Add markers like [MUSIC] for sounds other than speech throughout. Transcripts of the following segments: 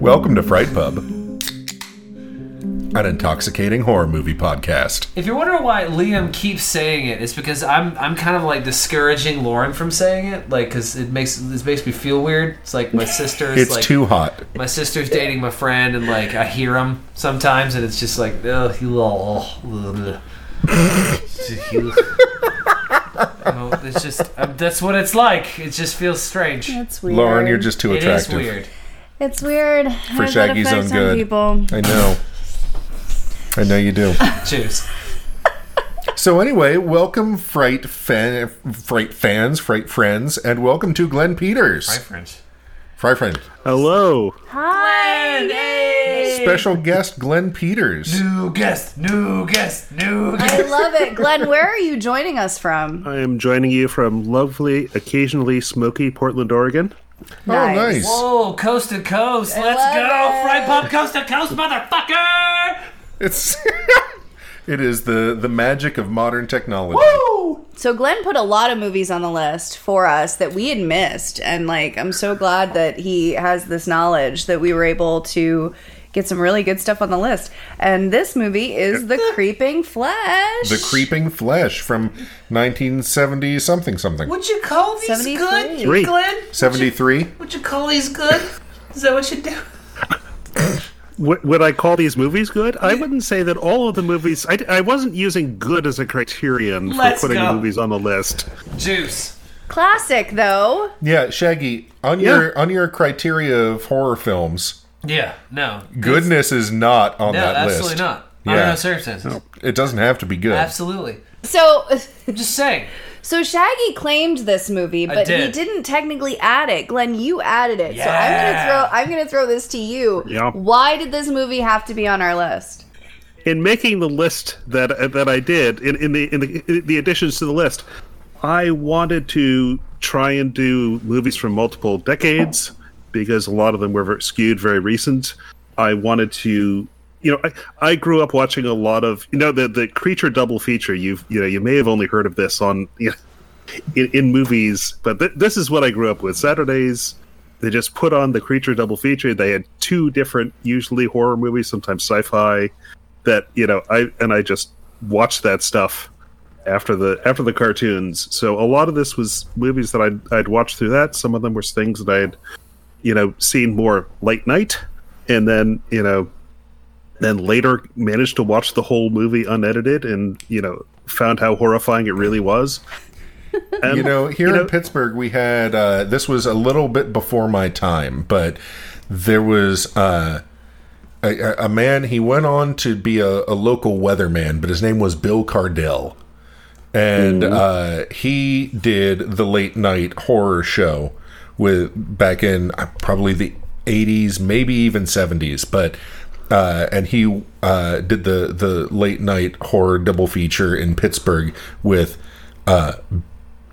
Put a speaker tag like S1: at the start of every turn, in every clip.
S1: Welcome to Fright Pub, an intoxicating horror movie podcast.
S2: If you're wondering why Liam keeps saying it, it's because I'm I'm kind of like discouraging Lauren from saying it, like because it makes this makes me feel weird. It's
S1: [LAUGHS]
S2: like my sister's
S1: It's
S2: like
S1: too hot.
S2: my sister's dating my friend, and like I hear him sometimes, and it's just like ugh, you little. ugh, [LAUGHS] ugh." You- No, it's just um, that's what it's like. It just feels strange. It
S3: That's weird.
S1: Lauren, you're just too
S2: is
S1: attractive.
S2: weird.
S3: It's weird. For
S1: Shaggy's own good.
S3: People.
S1: I know. I know you do.
S2: Cheers.
S1: So anyway, welcome fright fan, fright fans, fright friends, and welcome to Glenn
S2: Hi,
S1: Peters,
S2: French.
S1: fright friend,
S4: Hello.
S3: Hi.
S1: special guest Glenn Peters.
S2: New guest, new guest, new guest.
S3: I love it. Glenn, where are you joining us from?
S4: I am joining you from lovely, occasionally smoky Portland, Oregon.
S1: Oh, nice.
S2: Whoa, coast to coast. Let's
S3: love
S2: go.
S3: it.
S2: Fright Pop Coast to Coast, motherfucker.
S1: It's [LAUGHS] it is the the magic of modern technology.
S3: So Glenn put a lot of movies on the list for us that we had missed. And like I'm so glad that he has this knowledge that we were able to get some really good stuff on the list. And this movie
S1: [LAUGHS]
S3: is The Creeping Flesh.
S1: The creeping flesh from 1970 something something.
S2: Would you call these
S3: 73.
S2: good,
S4: Three.
S2: Glenn?
S1: 73.
S2: Would you call these good? Is that what you do?
S4: W- would I call these movies good? I wouldn't say that all of the movies. I, I wasn't using good as a criterion for
S2: Let's
S4: putting
S2: go.
S4: movies on the list.
S2: Juice.
S3: Classic though.
S1: Yeah, Shaggy, on
S4: Yeah.
S1: your on your criteria of horror films,
S2: Yeah, no.
S1: goodness is not on
S2: No,
S1: that
S2: absolutely
S1: list.
S2: not. Under
S1: Yeah. Oh,
S2: no circumstances.
S1: It doesn't have to be good.
S2: Absolutely.
S3: So
S2: I'm just saying.
S3: So Shaggy claimed this movie, but he
S2: did.
S3: didn't technically add it. Glenn, you added it. So
S2: Yeah.
S3: I'm gonna throw I'm gonna throw this to you.
S4: Yeah.
S3: Why did this movie have to be on our list?
S4: in making the list that uh, that I did in, in the in the in the additions to the list, I wanted to try and do movies from multiple decades because a lot of them were ver- skewed very recent. I wanted to, you know, I, I grew up watching a lot of you know the the creature double feature. You've you know you may have only heard of this on you know, in, in movies, but th- this is what I grew up with. Saturdays, they just put on the creature double feature. They had two different, usually horror movies, sometimes sci-fi. That you know, I and I just watched that stuff after the after the cartoons. So a lot of this was movies that I'd I'd watched through that. Some of them were things that I had, you know, seen more late night, and then you know then later managed to watch the whole movie unedited and you know found how horrifying it really was and
S1: You know, here
S4: You know-
S1: in Pittsburgh, we had uh, this was a little bit before my time, but there was uh, a- a, a man. He went on to be a, a local weatherman, but his name was Bill Cardell, and
S4: Mm-hmm.
S1: uh, he did the late night horror show with back in uh, probably the '80s, maybe even '70s, but. Uh, and he uh, did the, the late night horror double feature in Pittsburgh with uh,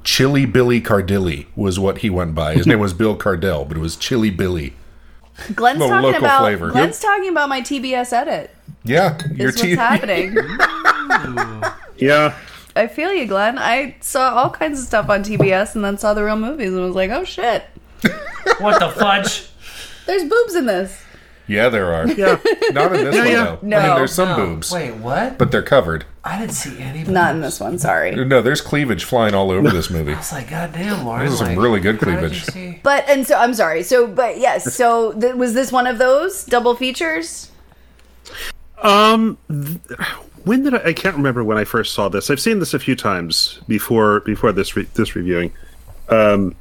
S1: Chili Billy Cardilli was what he went by. His name was Bill Cardell, but it was Chili Billy.
S3: Glenn's
S1: Little
S3: talking
S1: local
S3: about
S1: flavor.
S3: Glenn's talking about my TBS edit.
S1: Yeah,
S3: Is what's happening.
S4: yeah
S3: I feel you, Glenn. I saw all kinds of stuff on TBS and then saw the real movies and was like, oh shit.
S2: What the fudge?
S3: There's boobs in this.
S1: [LAUGHS] yeah, there are.
S4: yeah
S1: Not in this one
S4: yeah.
S1: though. I
S3: No,
S1: mean, there's [LAUGHS] some
S2: No.
S1: boobs,
S2: Wait, what?
S1: but they're covered.
S2: I didn't see any.
S3: Not in this one, sorry.
S1: No, there's cleavage flying all over this movie.
S2: It's like, goddamn, Lauren.
S1: This is some
S2: like,
S1: really good
S2: how did you
S1: cleavage.
S2: see?
S3: But and so I'm sorry. So but yes, so th- was this one of those double features?
S4: Um, th- when did I, I can't remember when I first saw this. I've seen this a few times before before this re- this reviewing. Um,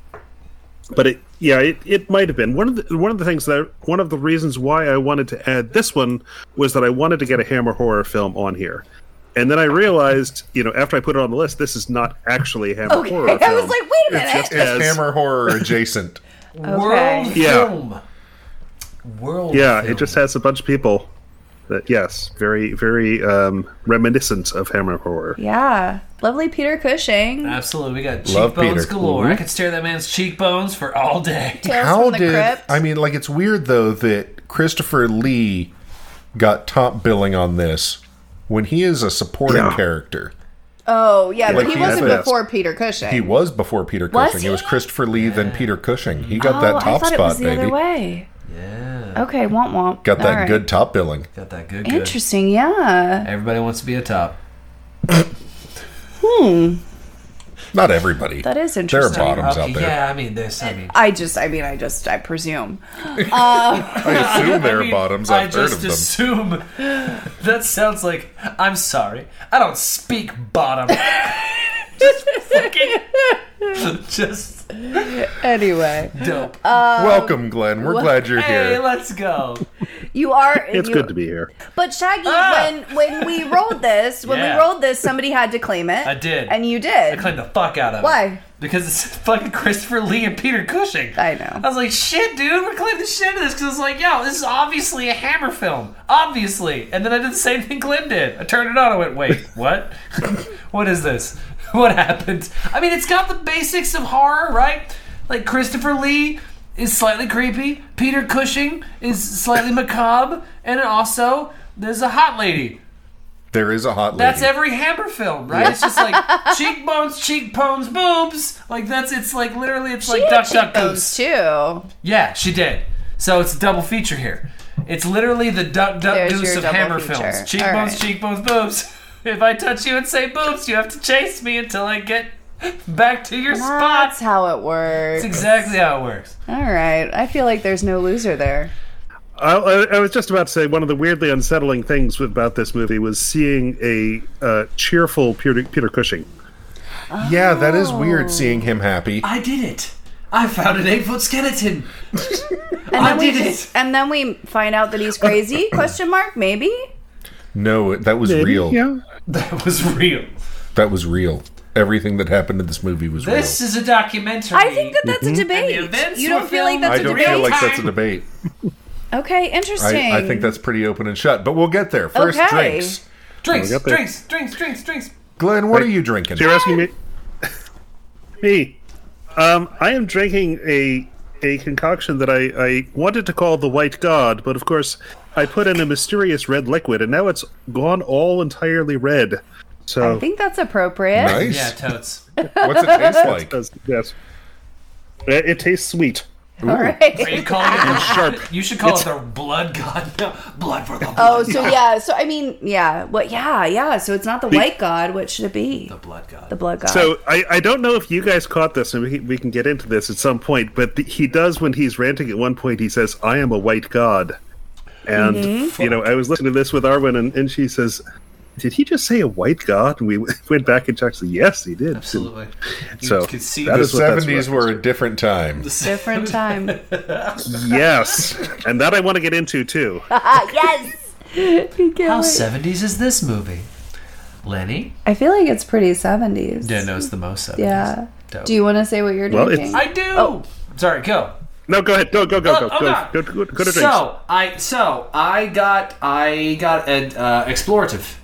S4: but it yeah it, it might have been one of the one of the things that one of the reasons why I wanted to add this one was that I wanted to get a Hammer horror film on here. And then I realized, you know, after I put it on the list, this is not actually a Hammer
S3: Okay.
S4: horror film.
S3: I was like, wait a minute.
S1: It's
S4: just- [LAUGHS] Yes.
S1: hammer
S4: [LAUGHS]
S1: horror adjacent.
S2: World
S4: Yeah.
S2: film. World
S4: yeah,
S2: film.
S4: it just has a bunch of people. That yes, very very um, reminiscent of Hammer horror.
S3: Yeah. Lovely Peter Cushing.
S2: Absolutely, we got
S1: Love
S2: cheekbones
S1: Peter. Mm-hmm.
S2: galore. I could stare at that man's cheekbones for all day. [LAUGHS]
S3: Tales
S1: How
S3: from the
S1: did
S3: Crypt.
S1: I mean? Like, it's weird though that Christopher Lee got top billing on this when he is a supporting
S4: Yeah.
S1: character.
S3: Oh yeah,
S1: Like
S3: but he
S1: he
S3: wasn't
S1: had a-
S3: before Peter Cushing.
S1: He was before Peter
S3: Was
S1: Cushing. It was
S3: he?
S1: Christopher Lee, then Peter Cushing. He got
S3: oh,
S1: that
S3: I
S1: top
S3: thought
S1: spot,
S3: it was the
S1: baby.
S3: other way.
S2: Yeah.
S3: Okay, womp womp.
S1: Got that
S3: All right.
S1: good top billing.
S2: Got that good. good.
S3: Interesting. Yeah.
S2: Everybody wants to be a top.
S1: Not everybody.
S3: That is
S1: there are
S3: interesting.
S1: bottoms out there.
S2: Yeah, I mean, there's. I mean,
S3: I just, I mean, I just, I presume.
S1: I assume there are bottoms.
S2: [LAUGHS] I
S1: I've heard
S2: just
S1: of them.
S2: assume. [LAUGHS] That sounds like. I'm sorry. I don't speak bottom. [LAUGHS] just fucking. Just
S3: Anyway,
S2: dope.
S1: Welcome, Glenn. We're glad you're
S2: hey,
S1: here.
S2: let's go.
S3: you are.
S4: It's
S3: you-
S4: good to be here.
S3: But Shaggy,
S2: Ah!
S3: when when we rolled this, when
S2: Yeah.
S3: we rolled this, somebody had to claim it.
S2: I did.
S3: and you did.
S2: Claim the fuck out of it.
S3: Why?
S2: Because it's [LAUGHS] fucking Christopher Lee and Peter Cushing.
S3: I know.
S2: I was like, shit, dude, we're claiming the shit out of this because it's like, yo, this is obviously a Hammer film. Obviously. And then I did the same thing Glenn did. I turned it on. I went,
S3: [LAUGHS]
S2: wait, what? [LAUGHS] what is this? [LAUGHS] What happened? I mean, it's got the basics of horror, right? Like, Christopher Lee is slightly creepy, Peter Cushing is slightly macabre, and also there's a hot lady.
S1: There is a hot lady.
S2: That's every Hammer film, right? It's just like
S3: [LAUGHS]
S2: cheekbones, cheekbones, boobs. Like that's it's like literally it's like
S3: She had
S2: duck duck
S3: cheekbones,
S2: goose.
S3: too.
S2: Yeah, she did. So it's a double feature here. It's literally the duck duck
S3: There's
S2: goose
S3: your
S2: of
S3: double
S2: Hammer
S3: feature. All
S2: films. Cheekbones,
S3: right.
S2: cheekbones, boobs. [LAUGHS] If I touch you and say boobs, you have to chase me until I get back to your spot.
S3: That's how it works.
S2: That's exactly how it works.
S3: All right. I feel like there's no loser there.
S4: I, I, I was just about to say one of the weirdly unsettling things about this movie was seeing a uh, cheerful Peter, Peter Cushing.
S1: yeah, that is weird seeing him happy.
S2: I did it. I found an eight foot skeleton.
S3: [LAUGHS] And
S2: I
S3: then we
S2: did
S3: just- and then we find out that he's crazy? question mark? Maybe.
S1: No, it- that was real.
S4: Yeah.
S2: [LAUGHS] That was real.
S1: That was real. Everything that happened in this movie was
S2: This
S1: real.
S2: is a documentary.
S3: I think that that's a
S2: Mm-hmm. And the
S3: debate.
S2: events
S3: You
S2: were
S3: don't feel like
S2: filmed
S3: that's
S1: I
S3: a
S1: don't
S3: debate.
S1: feel like that's a debate.
S3: okay, interesting.
S1: I, I think that's pretty open and shut, but we'll get there. First,
S3: Okay.
S1: drinks.
S2: Drinks,
S4: got there.
S2: drinks, drinks, drinks, drinks.
S1: Glenn, what are you drinking?
S4: So you're asking me? [LAUGHS] me. Um, I am drinking a a concoction that I, I wanted to call the White God, but of course I put in a mysterious red liquid, and now it's gone all entirely red. So
S3: I think that's appropriate.
S1: Nice.
S4: [LAUGHS]
S2: Yeah, totes.
S1: What's it
S2: [LAUGHS]
S1: taste like?
S4: Does- yes, it, it tastes sweet.
S3: All
S2: Are you
S3: [LAUGHS] right.
S2: calling it the-
S4: Sharp.
S2: You should call it the blood god. [LAUGHS] No, blood for the blood.
S3: Oh, so yeah. So I mean, yeah. What? Yeah, yeah. So it's not the white god. What should it be?
S2: the blood god.
S3: The blood god.
S4: So I, I don't know if you guys caught this, and we, we can get into this at some point. But the, he does when he's ranting. At one point, he says, "I am a white god," and you know I was listening to this with Arwen, and, and she says, "Did he just say a white god?" And we [LAUGHS] went back and checked. Yes, he did.
S2: Absolutely. You
S4: So,
S2: can see
S4: that
S1: The
S4: is what that's
S1: seventies were a different time.
S2: [LAUGHS]
S3: Different time.
S4: [LAUGHS] Yes, and that I want to get into too.
S3: ah, [LAUGHS] yes.
S2: how seventies is this movie? Lenny?
S3: I feel like it's pretty seventies.
S2: Yeah, no, it's the most seventies.
S3: Yeah. Oh.
S2: Dope.
S3: Do you want to say what you're
S4: Well,
S3: drinking?
S4: it's-
S2: I do. Sorry, go.
S4: No, go ahead. Go go go
S2: Oh,
S4: go go
S2: okay.
S4: go go, go to drinks.
S2: So I so I got I got an uh, explorative.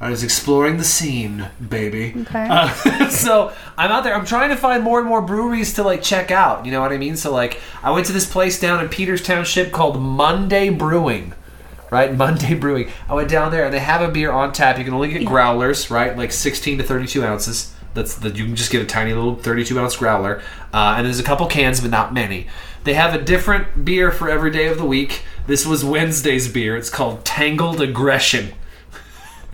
S2: I was exploring the scene, baby.
S3: Okay.
S2: Uh, [LAUGHS] so I'm out there. I'm trying to find more and more breweries to like check out. You know what I mean? So like I went to this place down in Peters Township called Monday Brewing. Right, [LAUGHS] Monday Brewing. I went down there and they have a beer on tap. You can only get growlers, right? Like 16 to 32 ounces. That's the, you can just get a tiny little 32 ounce growler. Uh, and there's a couple cans, but not many. They have a different beer for every day of the week. This was Wednesday's beer. It's called Tangled Aggression.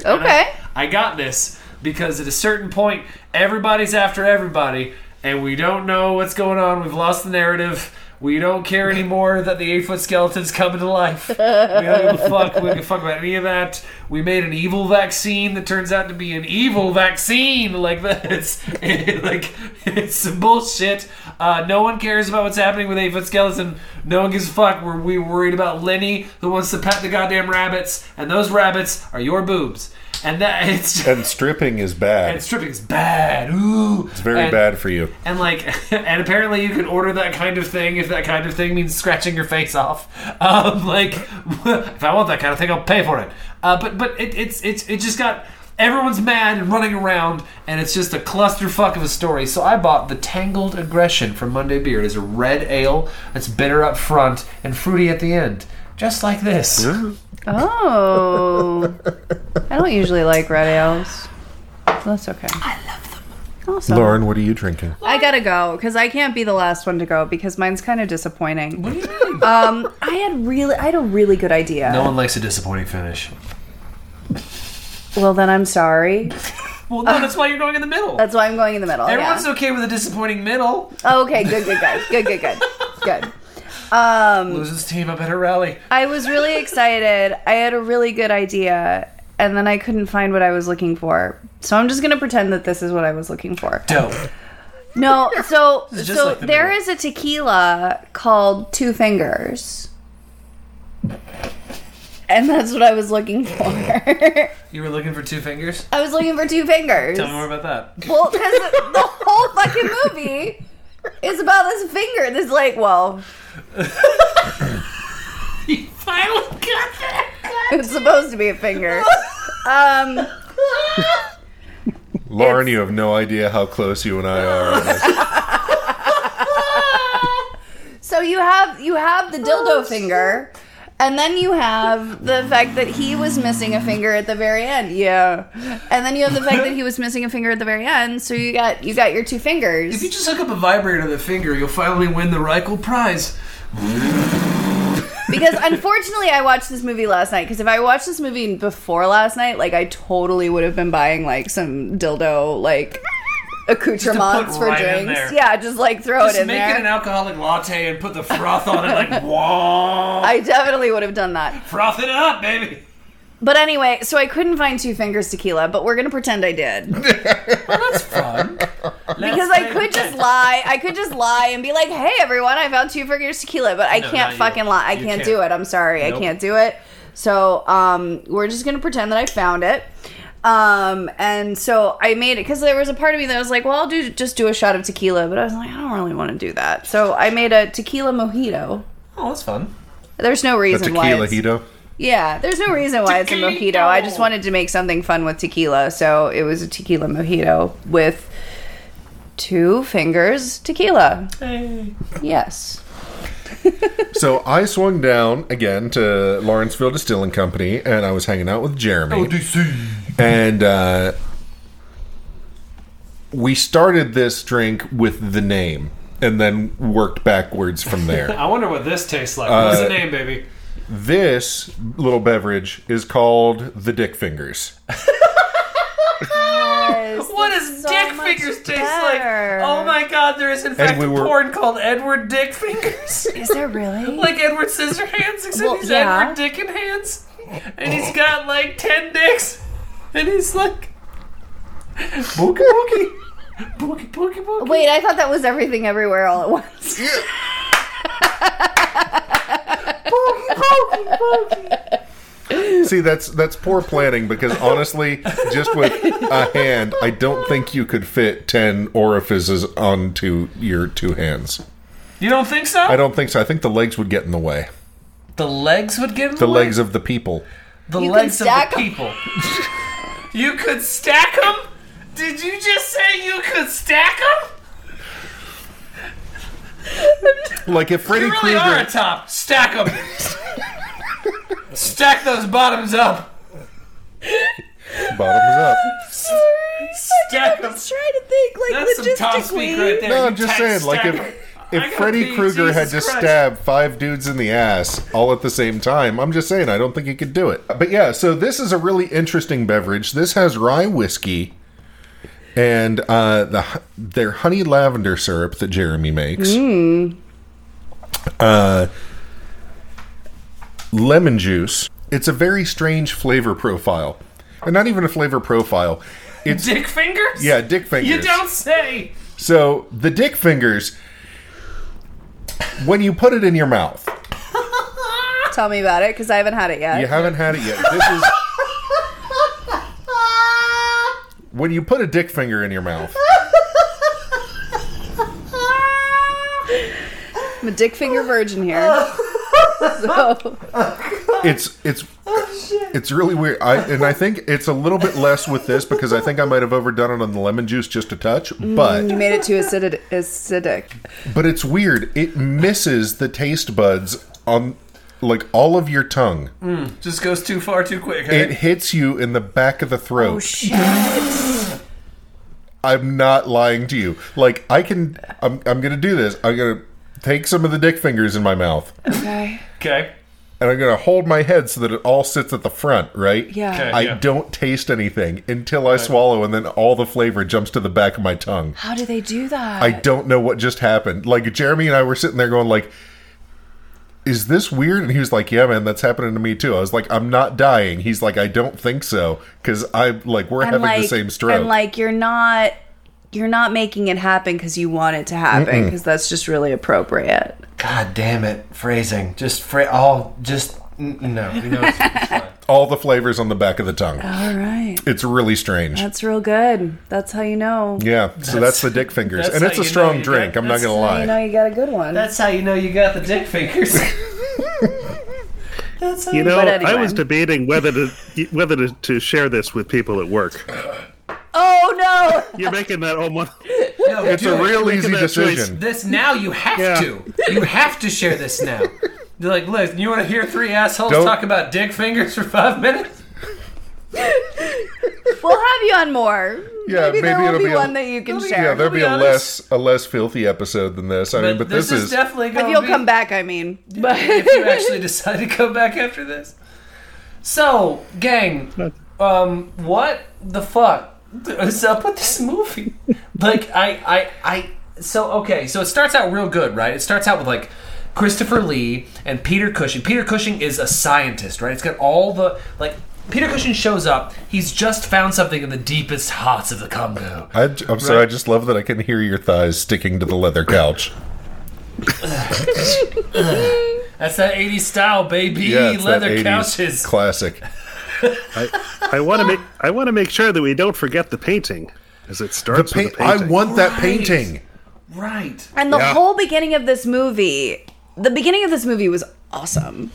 S3: okay.
S2: I got this because at a certain point, everybody's after everybody, and we don't know what's going on. We've lost the narrative. We don't care anymore that the eight foot skeleton's coming to life. We don't give a fuck. We don't give a fuck about any of that. We made an evil vaccine that turns out to be an evil vaccine. Like that's [LAUGHS] like it's some bullshit. Uh, no one cares about what's happening with eight foot skeleton. No one gives a fuck. We're we worried about Lenny who wants to pet the goddamn rabbits, and those rabbits are your boobs. And that [LAUGHS] it's just,
S1: And stripping is bad.
S2: and stripping's bad. Ooh,
S1: it's very bad for you.
S2: and like, [LAUGHS] and apparently you can order that kind of thing if that kind of thing means scratching your face off. [LAUGHS] Um, like, [LAUGHS] if I want that kind of thing, I'll pay for it. Uh, but but it, it's it's it just got everyone's mad and running around, and it's just a clusterfuck of a story. So I bought the Tangled Aggression from Monday Beer. It is a red ale that's bitter up front and fruity at the end, just like this.
S3: Oh, I don't usually like red ales. That's okay. I love them. Awesome.
S1: Lauren, what are you drinking?
S3: I gotta go because I can't be the last one to go because mine's kind of disappointing.
S2: What do you mean?
S3: Um, I had really, I had a really good idea.
S2: no one likes a disappointing finish.
S3: Well, then I'm sorry.
S2: Well, no, that's why you're going in the middle.
S3: That's why I'm going in the middle.
S2: Everyone's
S3: yeah.
S2: okay with a disappointing middle.
S3: okay. Good, good, good, good, good, good, good. Um,
S2: Loses team up at a rally.
S3: I was really excited. I had a really good idea, and then I couldn't find what I was looking for. So I'm just gonna pretend that this is what I was looking for.
S2: Dope. [LAUGHS]
S3: No, so
S2: is just
S3: so
S2: like the
S3: there
S2: middle.
S3: is a tequila called Two Fingers. And that's what I was looking for. [LAUGHS] I
S2: You were looking for two fingers?
S3: was looking for two fingers.
S2: Tell me more about that.
S3: Well, because
S2: [LAUGHS]
S3: the whole fucking movie is about this finger. This like, well,
S2: [LAUGHS] You finally got that!
S3: [LAUGHS] it's supposed to be a finger. Um,
S1: Lauren, you have no idea how close you and I are. on this.
S3: So you have you have the
S2: Oh,
S3: dildo finger, and then you have the fact that he was missing a finger at the very end. Yeah, and then you have the fact that he was missing a finger at the very end. So you got you got your two
S2: If you
S3: fingers.
S2: just hook up a vibrator to the finger, you'll finally win the Reichel Prize.
S3: Because unfortunately, I watched this movie last night. Because if I watched this movie before last night, like I totally would have been buying like some dildo like accoutrements for
S2: right in
S3: drinks.
S2: there.
S3: Yeah, just like throw
S2: Just
S3: it in
S2: make
S3: there.
S2: it an alcoholic latte and put the froth on it
S3: [LAUGHS]
S2: like, whoa!
S3: I definitely would have done that.
S2: froth it up, baby!
S3: But anyway, so I couldn't find Two Fingers Tequila, but we're gonna pretend I did.
S2: That's fun.
S3: Because I could just lie. I could just lie and be like, "Hey, everyone, I found two fingers tequila," but I
S2: No, not
S3: can't
S2: you.
S3: fucking lie. I
S2: You
S3: can't,
S2: can't.
S3: do it. I'm sorry. I
S2: Nope.
S3: can't do it. So um, we're just gonna pretend that I found it. Um, and so I made it because there was a part of me that was like, "Well, I'll do just do a shot of tequila," but I was like, "I don't really want to do that." So I made a tequila mojito.
S2: Oh, that's fun.
S3: There's no
S1: A
S3: reason why.
S1: tequila
S3: it's-
S1: hito.
S3: yeah, there's no reason why it's a mojito. I just wanted to make something fun with tequila, so it was a tequila mojito with two fingers tequila.
S2: Hey.
S3: Yes.
S1: So I swung down again to Lawrenceville Distilling Company, and I was hanging out with Jeremy. and uh, we started this drink with the name, and then worked backwards from
S2: [LAUGHS]
S1: there.
S2: I wonder what this tastes like.
S1: Uh,
S2: What's the name, baby?
S1: this little beverage is called the Dick Fingers.
S2: What does dick fingers taste like? Oh my god, there is in fact
S1: we
S2: a
S1: were-
S2: porn called Edward Dick Fingers.
S3: [LAUGHS] Is there really?
S2: [LAUGHS] like Edward Scissorhands, except
S3: Well,
S2: he's
S3: yeah.
S2: Edward Dick in hands. And he's got like 10 dicks. And he's like. Bookie bookie. Bookie bookie bookie.
S3: Wait, I thought that was everything everywhere all at once. [LAUGHS]
S1: See, that's that's poor planning because honestly, just with a hand, I don't think you could fit ten orifices onto your two hands.
S2: You don't think so?
S1: I don't think so. I think the legs would get in the way.
S2: the legs would get in
S1: The
S2: way?
S1: legs of the people.
S2: The
S3: You could
S2: legs of the
S3: stack 'em.
S2: people. [LAUGHS] you could stack them? Did you just say you could stack them?
S1: Like if Freddy
S2: You really
S1: Krueger,
S2: are a top. Stack them. Stack those bottoms up.
S1: bottoms up.
S2: Stack them.
S3: trying to think like
S2: That's some top
S3: logistically.
S2: speak right there.
S1: No,
S2: You
S1: I'm just
S2: tight
S1: saying, like
S2: stack
S1: if
S2: 'em. I
S1: if
S2: gotta
S1: Freddy
S2: pee,
S1: Krueger had
S2: Jesus
S1: just
S2: Christ.
S1: stabbed five dudes in the ass all at the same time, I'm just saying I don't think he could do it. But yeah, so this is a really interesting beverage. This has rye whiskey and uh, the h- their honey lavender syrup that Jeremy makes.
S2: Mm.
S1: Uh, lemon juice. It's a very strange flavor profile. And not even a flavor profile. It's
S2: Dick fingers?
S1: yeah, dick fingers.
S2: You don't say.
S1: So the dick fingers when you put it in your mouth.
S3: Tell me about it because I haven't had it yet.
S1: You haven't had it yet. This is when you put a dick finger in your mouth.
S3: I'm a dick finger virgin here.
S2: [LAUGHS]
S3: so
S1: It's it's it's really weird. I and I think it's a little bit less with this because I think I might have overdone it on the lemon juice just a touch,
S3: you
S1: but
S3: made it too acidic. acidic.
S1: but it's weird. It misses the taste buds on like all of your tongue.
S3: Mm.
S2: Just goes too far too quick. huh?
S1: It hits you in the back of the throat.
S3: Oh shit!
S1: I'm not lying to you. Like I can, I'm, I'm gonna do this. I'm gonna take some of the dick fingers in my mouth,
S3: Okay.
S2: okay.
S1: and I'm gonna hold my head so that it all sits at the front, right?
S3: Yeah.
S2: Okay.
S1: I
S2: yeah.
S1: don't taste anything until I swallow, and then all the flavor jumps to the back of my tongue.
S3: How do they do that?
S1: I don't know what just happened. Like Jeremy and I were sitting there going like is this weird? And he was like, "Yeah, man, that's happening to me too." I was like, "I'm not dying." He's like, "I don't think so," because I like we're having the same stroke.
S3: And like you're not you're not making it happen because you want it to happen because that's just really appropriate.
S2: God damn it, phrasing. Just fra- all just n- no. You know, it's- it's fine.
S1: All the flavors on the back of the tongue.
S3: All right.
S1: It's really strange.
S3: That's real good. That's how you know.
S1: yeah, so that's the dick fingers,
S2: that's
S1: and it's
S2: how
S1: a
S2: you know
S1: strong
S2: you
S1: drink.
S2: got-
S1: I'm not
S2: that's
S1: gonna
S3: You
S1: lie.
S3: know you got a good one.
S2: That's how you know you got the dick [LAUGHS] fingers.
S3: That's
S4: You know,
S3: but anyway.
S4: I was debating whether to whether to, to share this with people at work.
S3: Oh no!
S4: You're making that
S2: [LAUGHS]
S4: almost.
S2: No,
S1: It's
S2: do
S1: a
S2: it.
S1: real easy
S4: that
S1: decision.
S2: This now you have
S4: Yeah.
S2: to. You have to share this now. You're like, listen, you want to hear three assholes
S1: Don't-
S2: talk about dick fingers for five minutes?
S3: We'll have you on more.
S1: Yeah,
S3: maybe, there
S1: Uh, maybe
S3: will
S1: it'll
S3: be,
S1: be a-
S3: one that you can
S1: Yeah,
S3: share.
S1: there'll be a
S2: I'll be
S1: less a less filthy episode than this. I mean, but this, is,
S2: definitely going
S3: if
S2: to
S3: you'll
S2: be,
S3: come back, I mean. But
S2: if you actually decide to come back after this. So, gang, um, what the fuck is up with this movie? Like, I, I, I. So, okay, so it starts out real good, right? It starts out with like Christopher Lee and Peter Cushing. Peter Cushing is a scientist, right? It's got all the like. Peter Cushing shows up. He's just found something in the deepest hearts of the Congo.
S1: I, am sorry. I just love that I can hear your thighs sticking to the leather couch.
S2: That's that 80s style, baby.
S1: Yeah, it's
S2: Leather
S1: that 80s
S2: couches.
S1: classic.
S4: I want to make I want to make sure that we don't forget the painting as it starts. with the painting.
S1: I want that painting.
S2: right.
S3: And the
S1: Yeah.
S3: whole beginning of this movie, the beginning of this movie was awesome.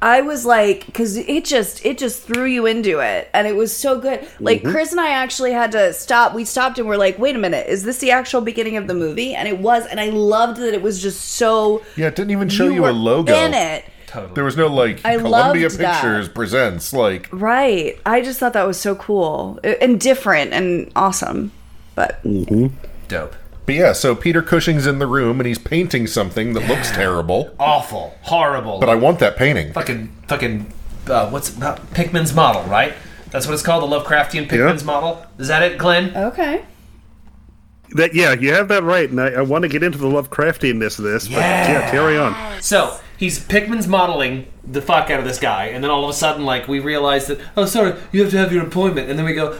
S3: I was like, because it just it just threw you into it, and it was so good. Like
S1: Mm-hmm.
S3: Chris and I actually had to stop. We stopped and we're like, wait a minute, is this the actual beginning of the movie? And it was, and I loved that it was just so.
S1: Yeah, it didn't even show you,
S3: were
S1: a logo.
S3: in it,
S2: Totally.
S1: There was no like
S3: I
S1: Columbia
S3: loved that.
S1: Pictures presents like
S3: right? I just thought that was so cool I- and different and awesome. But
S1: Mm.
S2: dope.
S1: but yeah, so Peter Cushing's in the room and he's painting something that looks terrible.
S2: Awful. Horrible.
S1: But I want that painting.
S2: fucking fucking uh, what's uh, Pickman's model, right? That's what it's called, the Lovecraftian Pickman's model. Is that it, Glenn?
S3: okay,
S4: that. Yeah, you have that right, and I, I want to get into the Lovecraftianness of this. But yeah,
S2: Yeah.
S4: carry on.
S2: So he's Pickman's modeling the fuck out of this guy, and then all of a sudden, like we realize that oh, sorry, you have to have your appointment, and then we go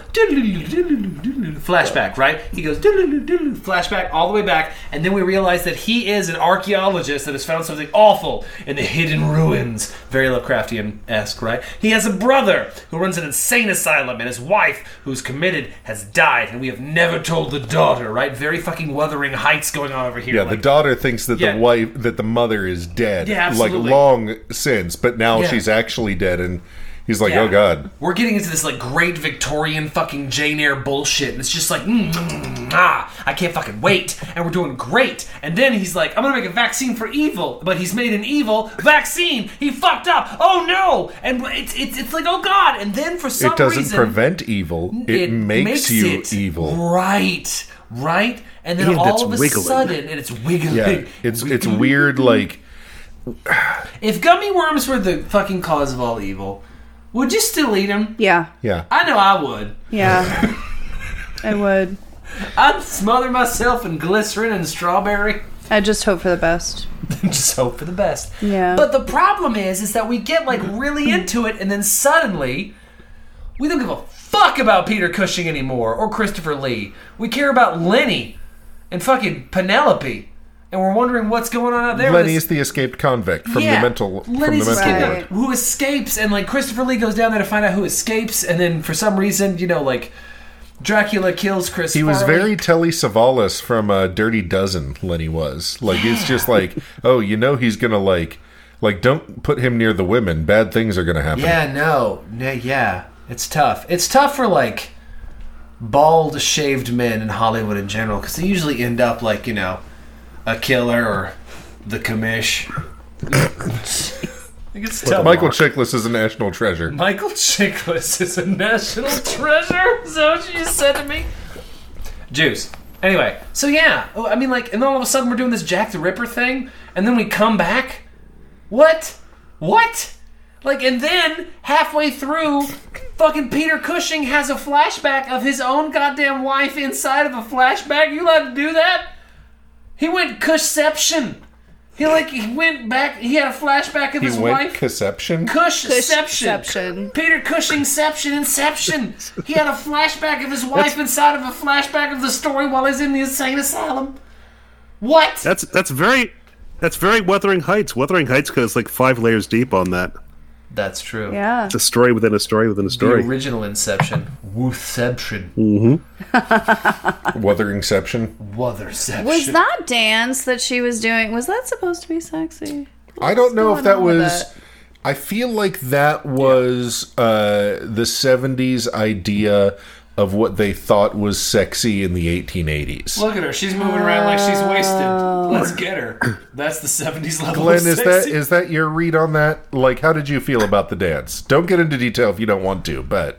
S2: flashback, right? He goes flashback all the way back, and then we realize that he is an archaeologist that has found something awful in the hidden ruins, very Lovecraftian esque, right? He has a brother who runs an insane asylum, and his wife, who's committed, has died, and we have never told the daughter, right? Very fucking Wuthering Heights going on over here.
S1: Yeah, the
S2: like-
S1: daughter thinks that
S2: Yeah.
S1: the wife that the mother is dead.
S2: Yeah,
S1: like
S2: absolutely.
S1: long since, but now
S2: Yeah.
S1: she's actually dead and he's like,
S2: Yeah.
S1: "Oh god."
S2: We're getting into this like great Victorian fucking Jane Eyre bullshit, and it's just like, mm, mm, mm, ah, I can't fucking wait, and we're doing great. And then he's like, I'm gonna make a vaccine for evil, but he's made an evil vaccine. He fucked up. Oh no! And it's it's, it's like, oh god. And then for some
S1: It doesn't
S2: reason,
S1: prevent evil. It, makes, you
S2: it.
S1: evil.
S2: [LAUGHS] right? Right? And then
S4: And it's
S2: all of a
S4: wiggling.
S2: sudden, and it's wiggling.
S1: Yeah.
S2: [LAUGHS]
S1: It's it's weird like
S2: If gummy worms were the fucking cause of all evil, would you still eat them?
S3: yeah,
S1: yeah.
S2: I know I would.
S1: [LAUGHS]
S3: yeah, I would.
S2: I'd smother myself in glycerin and strawberry. [LAUGHS]
S3: I just hope for the best.
S2: Just hope for the best.
S3: Yeah.
S2: But the problem is, is that we get like really into it, and then suddenly, we don't give a fuck about Peter Cushing anymore or Christopher Lee. We care about Lenny and fucking Penelope, and we're wondering what's going on out there. with
S1: Lenny's
S2: this-
S1: the escaped convict from
S2: Yeah,
S1: the mental from the
S2: Lenny's
S1: mental
S2: escaped-
S1: ward.
S3: Right.
S2: who escapes, and like Christopher Lee goes down there to find out who escapes, and then for some reason, you know, like Dracula kills Chris.
S1: He was
S2: Farley.
S1: very Telly Savalas from uh, Dirty Dozen. Lenny was like, it's just like, oh, you know, he's gonna like, like, don't put him near the women. Bad things are gonna happen.
S2: Yeah, no, no, yeah, it's tough. It's tough for like bald, shaved men in Hollywood in general because they usually end up like you know a killer or the commish. You can tell
S1: Michael Chiklis is a national treasure.
S2: Michael Chiklis is a national treasure. Is that what you just said to me? Jews. Anyway, so yeah, oh, I mean, like, and all of a sudden we're doing this Jack the Ripper thing, and then we come back. What? What? Like, and then halfway through, fucking Peter Cushing has a flashback of his own goddamn wife inside of a flashback. You allowed to do that? He went Cushception. He like he went back. He had a flashback of
S1: He
S2: his
S1: went
S2: wife.
S3: [LAUGHS]
S1: conception.
S2: Cushception.
S3: Cushception.
S2: Peter Cushingception Inception. He had a flashback of his wife inside of a flashback of the story while he's in the insane asylum. What?
S4: That's that's very that's very Wuthering Heights. Wuthering Heights goes like five layers deep on that.
S2: That's true.
S3: Yeah.
S4: It's a story within a story within a
S2: The
S4: story.
S2: original Inception, Woothception,
S1: Wutherinception.
S2: Wotherception.
S3: Was that dance that she was doing? Was that supposed to be sexy?
S1: I don't know if
S3: going
S1: that
S3: on with
S1: was.
S3: that?
S1: I feel like that was uh, the 70s idea of what they thought was sexy in the 1880s.
S2: Look at her. She's moving around like she's wasted.
S3: Oh.
S2: Let's get her. That's the 70s level.
S1: Glenn,
S2: of
S1: is that
S2: sexy.
S1: is that your read on that? Like, how did you feel about the dance? Don't get into detail if you don't want to, but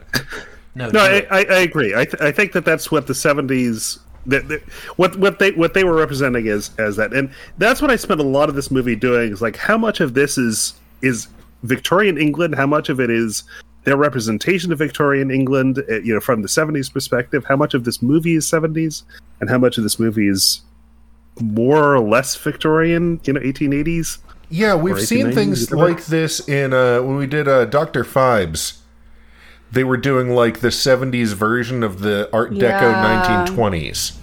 S2: No,
S4: No,
S2: do
S4: I,
S2: it.
S4: I, I agree. I, th- I think that that's what the seventies. That, that, what what they what they were representing is as that, and that's what I spent a lot of this movie doing. Is like how much of this is is Victorian England, how much of it is their representation of Victorian England, uh, you know, from the seventies perspective. How much of this movie is seventies, and how much of this movie is more or less Victorian, you know, eighteen eighties.
S1: yeah, we've
S4: Or
S1: seen
S4: 1890s,
S1: things
S4: whatever.
S1: like this in uh, when we did uh, Doctor Fibes. They were doing like the '70s version of the Art Deco
S3: Yeah.
S1: 1920s,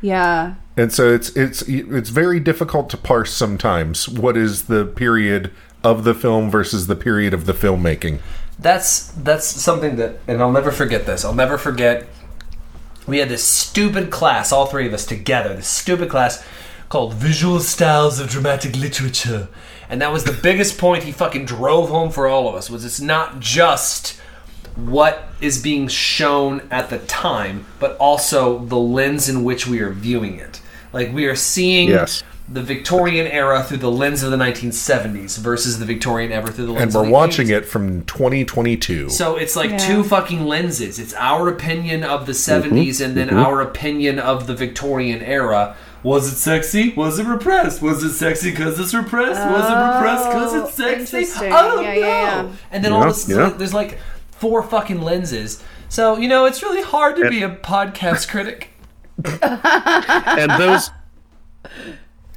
S3: Yeah.
S1: and so it's it's it's very difficult to parse sometimes what is the period of the film versus the period of the filmmaking.
S2: that's that's something that and I'll never forget this. I'll never forget we had this stupid class, all three of us together, this stupid class called Visual Styles of Dramatic Literature. And that was the biggest point he fucking drove home for all of us was it's not just what is being shown at the time, but also the lens in which we are viewing it. Like we are seeing
S4: Yes.
S2: the Victorian era through the lens of the 1970s versus the Victorian era through the lens
S1: And
S2: of
S1: we're
S2: the
S1: watching
S2: 80s.
S1: it from 2022.
S2: So it's like
S3: Yeah.
S2: two fucking lenses. It's our opinion of
S4: Mm-hmm.
S2: the 70s and then our opinion of the Victorian era. Was it sexy? Was it repressed? Was it sexy because it's repressed? Was it repressed because it's sexy?
S3: Oh, interesting.
S2: I don't
S3: Yeah,
S2: know.
S3: yeah, yeah.
S2: And then all
S4: Yeah,
S2: this,
S4: yeah.
S2: there's like four fucking lenses. So, you know, it's really hard to be a
S4: [LAUGHS]
S2: podcast critic.
S4: and those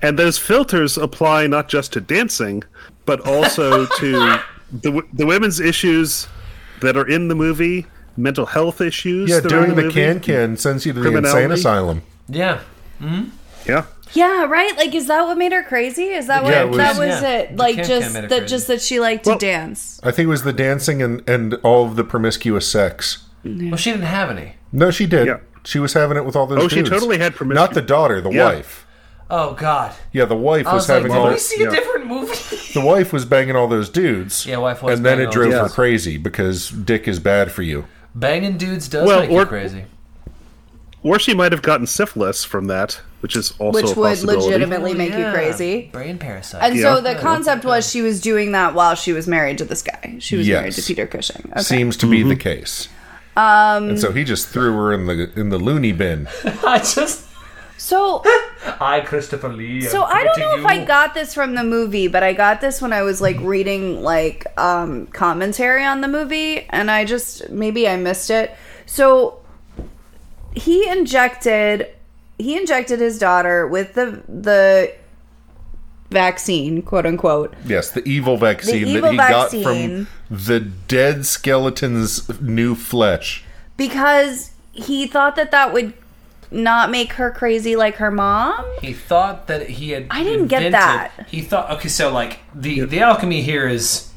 S4: and those filters apply not just to dancing but also to
S1: [LAUGHS]
S4: the, w- the women's issues that are in the movie mental health issues
S1: yeah,
S4: that are
S1: doing
S4: in
S1: the
S4: movie.
S1: can can sends you to the insane
S4: Criminality.
S1: asylum.
S2: Yeah.
S4: yeah
S3: Yeah, right? Like is that what made her crazy? Is that what
S1: Yeah, it was-
S3: that was
S2: Yeah.
S3: it?
S2: The
S3: Like
S2: can-can
S3: just
S2: made her
S3: that
S2: crazy.
S3: just that she liked
S4: Well-
S3: to dance.
S1: I think it was the dancing and, and all of the promiscuous sex.
S2: Well, she didn't have any.
S1: No, she did.
S4: Yeah.
S1: She was having it with all those.
S4: Oh, she
S1: dudes.
S4: totally had promiscu-
S1: Not the daughter, the
S4: Yeah.
S1: wife.
S2: Oh, God.
S1: Yeah, the wife
S2: I
S1: was,
S2: was, like,
S1: having
S2: did
S1: all.
S2: we see
S4: yeah.
S2: a different movie? [LAUGHS]
S1: The wife was banging all those dudes.
S2: Yeah, wife was
S1: And then
S2: banging
S1: it
S2: all
S1: drove
S4: those
S1: her
S4: dudes.
S1: crazy because dick is bad for you.
S2: Banging dudes does
S4: Well,
S2: make you
S4: or-
S2: crazy.
S4: or she might have gotten syphilis from that which is also
S3: Which
S4: a
S3: would
S4: possibility
S3: legitimately
S2: Oh,
S3: make you
S2: yeah.
S3: crazy.
S2: Brain parasite.
S3: And
S4: Yeah.
S3: so the concept was she was doing that while she was married to this guy. She was
S1: Yes.
S3: married to Peter Cushing. Okay.
S1: Seems to be the
S3: Mm-hmm.
S1: case. Um, and so he just threw her in the in the loony bin.
S2: [LAUGHS] I just.
S3: so
S2: I, Christopher Lee.
S3: So I don't know if I got this from the movie, but I got this when I was like reading like um commentary on the movie and I just maybe I missed it. So he injected he injected his daughter with the the vaccine, quote unquote.
S1: Yes, the evil vaccine
S3: evil
S1: that he
S3: vaccine.
S1: got from the dead skeleton's new flesh.
S3: because he thought that that would not make her crazy like her mom.
S2: He thought that he had. I
S3: didn't get that.
S2: He thought okay, so like the the alchemy here is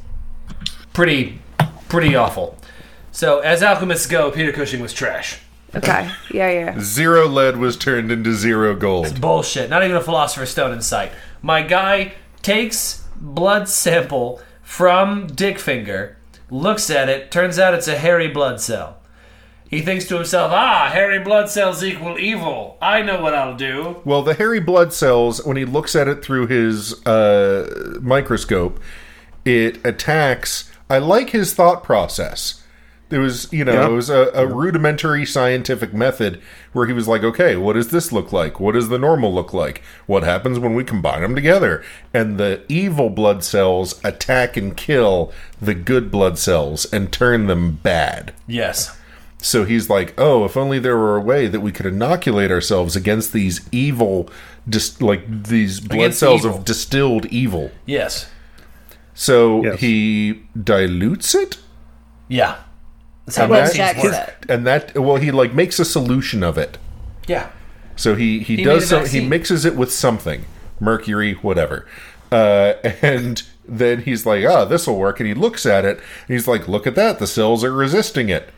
S2: pretty pretty awful. So as alchemists go, Peter Cushing was trash.
S3: Okay. Yeah, yeah.
S1: Zero lead was turned into zero gold.
S2: Bullshit. Not even a philosopher's stone in sight. My guy takes blood sample from Dick Finger, looks at it, turns out it's a hairy blood cell. He thinks to himself, ah, hairy blood cells equal evil. I know what I'll do.
S1: Well, the hairy blood cells, when he looks at it through his uh, microscope, It attacks. I like his thought process. There was, you know,
S4: Yeah.
S1: it was a, a rudimentary scientific method where he was like, okay, what does this look like? What does the normal look like? What happens when we combine them together? And the evil blood cells attack and kill the good blood cells and turn them bad.
S2: Yes.
S1: So he's like, "Oh, if only there were a way that we could inoculate ourselves against these evil, dis- like these blood
S2: Against
S1: cells
S2: evil.
S1: of distilled evil."
S2: Yes.
S1: So
S4: Yes.
S1: he dilutes it,
S2: Yeah. That's how
S3: Well,
S2: vaccines
S3: Jack
S2: work.
S3: said.
S1: and that well, he like makes a solution of it.
S2: Yeah.
S1: So he he,
S2: made a
S1: does so he
S2: vaccine.
S1: mixes it with something, mercury, whatever, uh, [LAUGHS] and then he's like, "Ah, this will work." And he looks at it, and he's like, "Look at that! The cells are resisting it.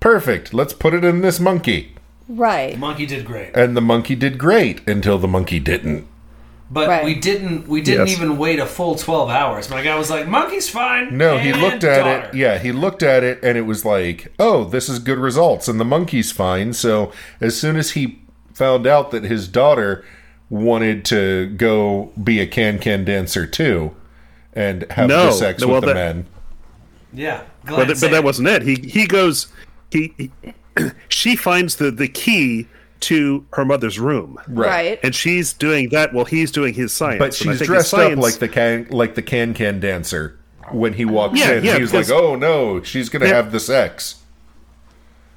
S1: Perfect. Let's put it in this monkey."
S3: Right.
S2: Monkey did great.
S1: and the monkey did great until the monkey didn't.
S2: But
S3: Right.
S2: we didn't we didn't
S4: Yes.
S2: even wait a full 12 hours. My guy was like, "Monkey's fine."
S1: No, he
S2: and
S1: looked at
S2: daughter."
S1: it. Yeah, he looked at it and it was like, "Oh, this is good results and the monkey's fine." So, as soon as he found out that his daughter wanted to go be a can-can dancer too and have
S4: No.
S1: the sex
S4: No,
S1: with
S4: well,
S1: the
S4: that-
S1: men.
S2: Yeah.
S4: but,
S2: Glenn
S4: th- but
S2: said
S4: that
S2: it.
S4: wasn't it. He he goes. He, he [CLEARS THROAT] she finds the the key to her mother's room,
S3: Right.
S4: and she's doing that while he's doing his science.
S1: But
S4: And I
S1: she's
S4: think his
S1: dressed up
S4: science-
S1: like the can like the can-can dancer when he walks
S4: Yeah,
S1: in.
S4: yeah,
S1: he was like,
S4: because-
S1: "Oh no, she's going to
S4: Yeah.
S1: have the sex."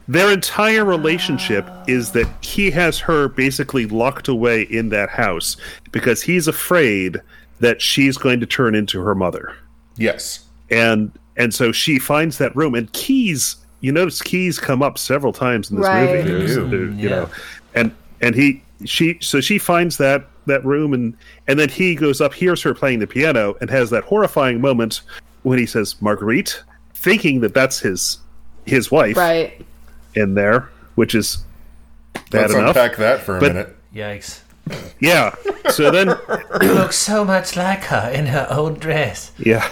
S4: Their entire relationship is that he has her basically locked away in that house because he's afraid that she's going to turn into her mother.
S1: Yes.
S4: And and so she finds that room and keys you notice keys come up several times in this
S3: Right.
S4: movie.
S1: They do.
S4: They're- You know. And and he she so she finds that that room and and then he goes up, hears her playing the piano, and has that horrifying moment when he says Marguerite, thinking that that's his his wife
S3: Right.
S4: in there, which is bad
S1: Let's
S4: enough.
S1: unpack that for a
S4: But-
S1: minute.
S2: Yikes.
S4: Yeah.
S1: [LAUGHS]
S4: So then,
S2: Looks so much like her in her old dress.
S4: yeah.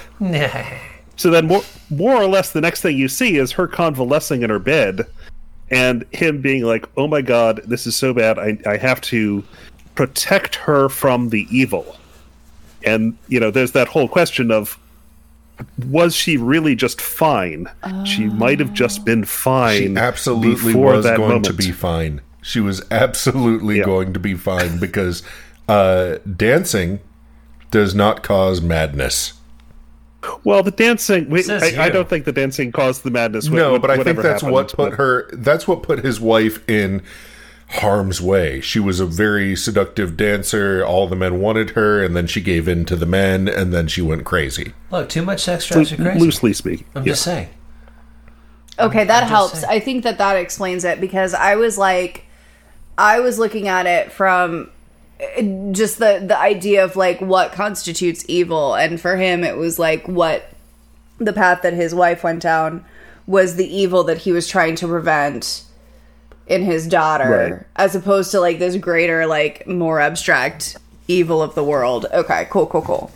S4: So then, more, more or less, the next thing you see is her convalescing in her bed, and him being like, "Oh my god, this is so bad. I, I have to protect her from the evil." And you know, there's that whole question of. Was she really just fine? She might have just been
S1: She
S4: fine.
S1: absolutely
S4: before
S1: was
S4: that
S1: going to
S4: moment.
S1: be fine. She was absolutely
S4: Yeah.
S1: going to be fine because uh, dancing does not cause madness.
S4: Well, the dancing. We,
S2: Says
S4: I, I
S2: you.
S4: don't think the dancing caused the madness. wh-
S1: No,
S4: wh-
S1: but I think
S4: whatever
S1: that's
S4: happened,
S1: what put
S4: but-
S1: her. That's what put his wife in harm's way. She was a very seductive dancer. All the men wanted her, and then she gave in to the men, and then she went crazy.
S2: Look, too much sex
S4: Lo-
S2: drives you crazy.
S4: loosely speaking.
S2: I'm
S4: yeah.
S2: just saying.
S3: Okay, that
S2: just
S3: helps.
S2: saying.
S3: I think that that explains it because I was like, I was looking at it from uh, just the the idea of like what constitutes evil, and for him it was like what the path that his wife went down was the evil that he was trying to prevent in his daughter, as opposed to like this greater, like more abstract evil of the world. Okay, cool, cool, cool.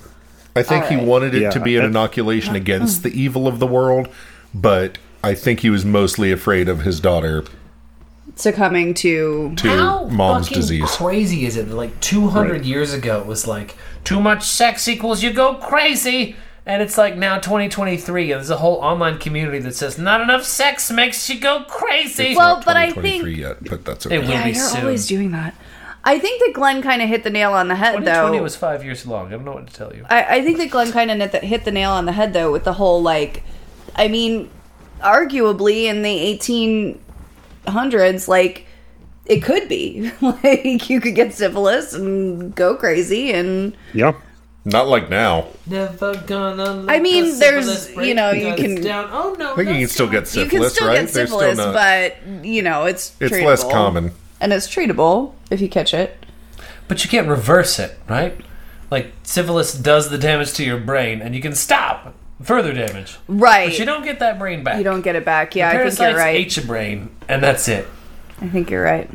S1: I think he
S3: Alright.
S1: wanted it
S4: Yeah,
S1: to be an
S4: I-
S1: inoculation against the evil of the world, but I think he was mostly afraid of his daughter
S3: Succumbing to
S1: to mom's
S2: fucking
S1: disease.
S2: crazy is it? that, Like 200 years ago, it was like too much sex equals you go crazy, and it's like now 2023, and there's a whole online community that says not enough sex makes you go crazy.
S3: Well,
S1: Not
S3: but I
S1: 2023 yet, but that's okay.
S2: it will
S3: Yeah,
S2: be
S3: you're
S2: soon.
S3: always doing that. I think that Glenn kind of hit the nail on the head,
S2: 2020
S3: though.
S2: was five years long. I don't know what to tell you.
S3: I, I think that Glenn kind of hit the, hit the nail on the head, though, with the whole like, I mean, arguably in the 1800s, like it could be [LAUGHS] like you could get syphilis and go crazy, and
S4: Yeah.
S1: Not like now.
S2: Never gonna. Let
S3: I mean, the there's- syphilis break you know, you us can-
S2: Down. Oh no,
S1: I think you can still get
S3: you can
S1: syphilis,
S3: still
S1: right?
S3: get
S1: They're
S3: syphilis,
S1: not-
S3: but you know it's
S1: it's less
S3: treatable.
S1: common.
S3: and it's treatable if you catch it.
S2: But you can't reverse it, right? Like syphilis does the damage to your brain, and you can stop further damage.
S3: Right,
S2: But you don't get that brain back.
S3: you don't get it back. Yeah, I think
S2: Parasites
S3: you're right.
S2: ate your brain, and that's it.
S3: I think you're right,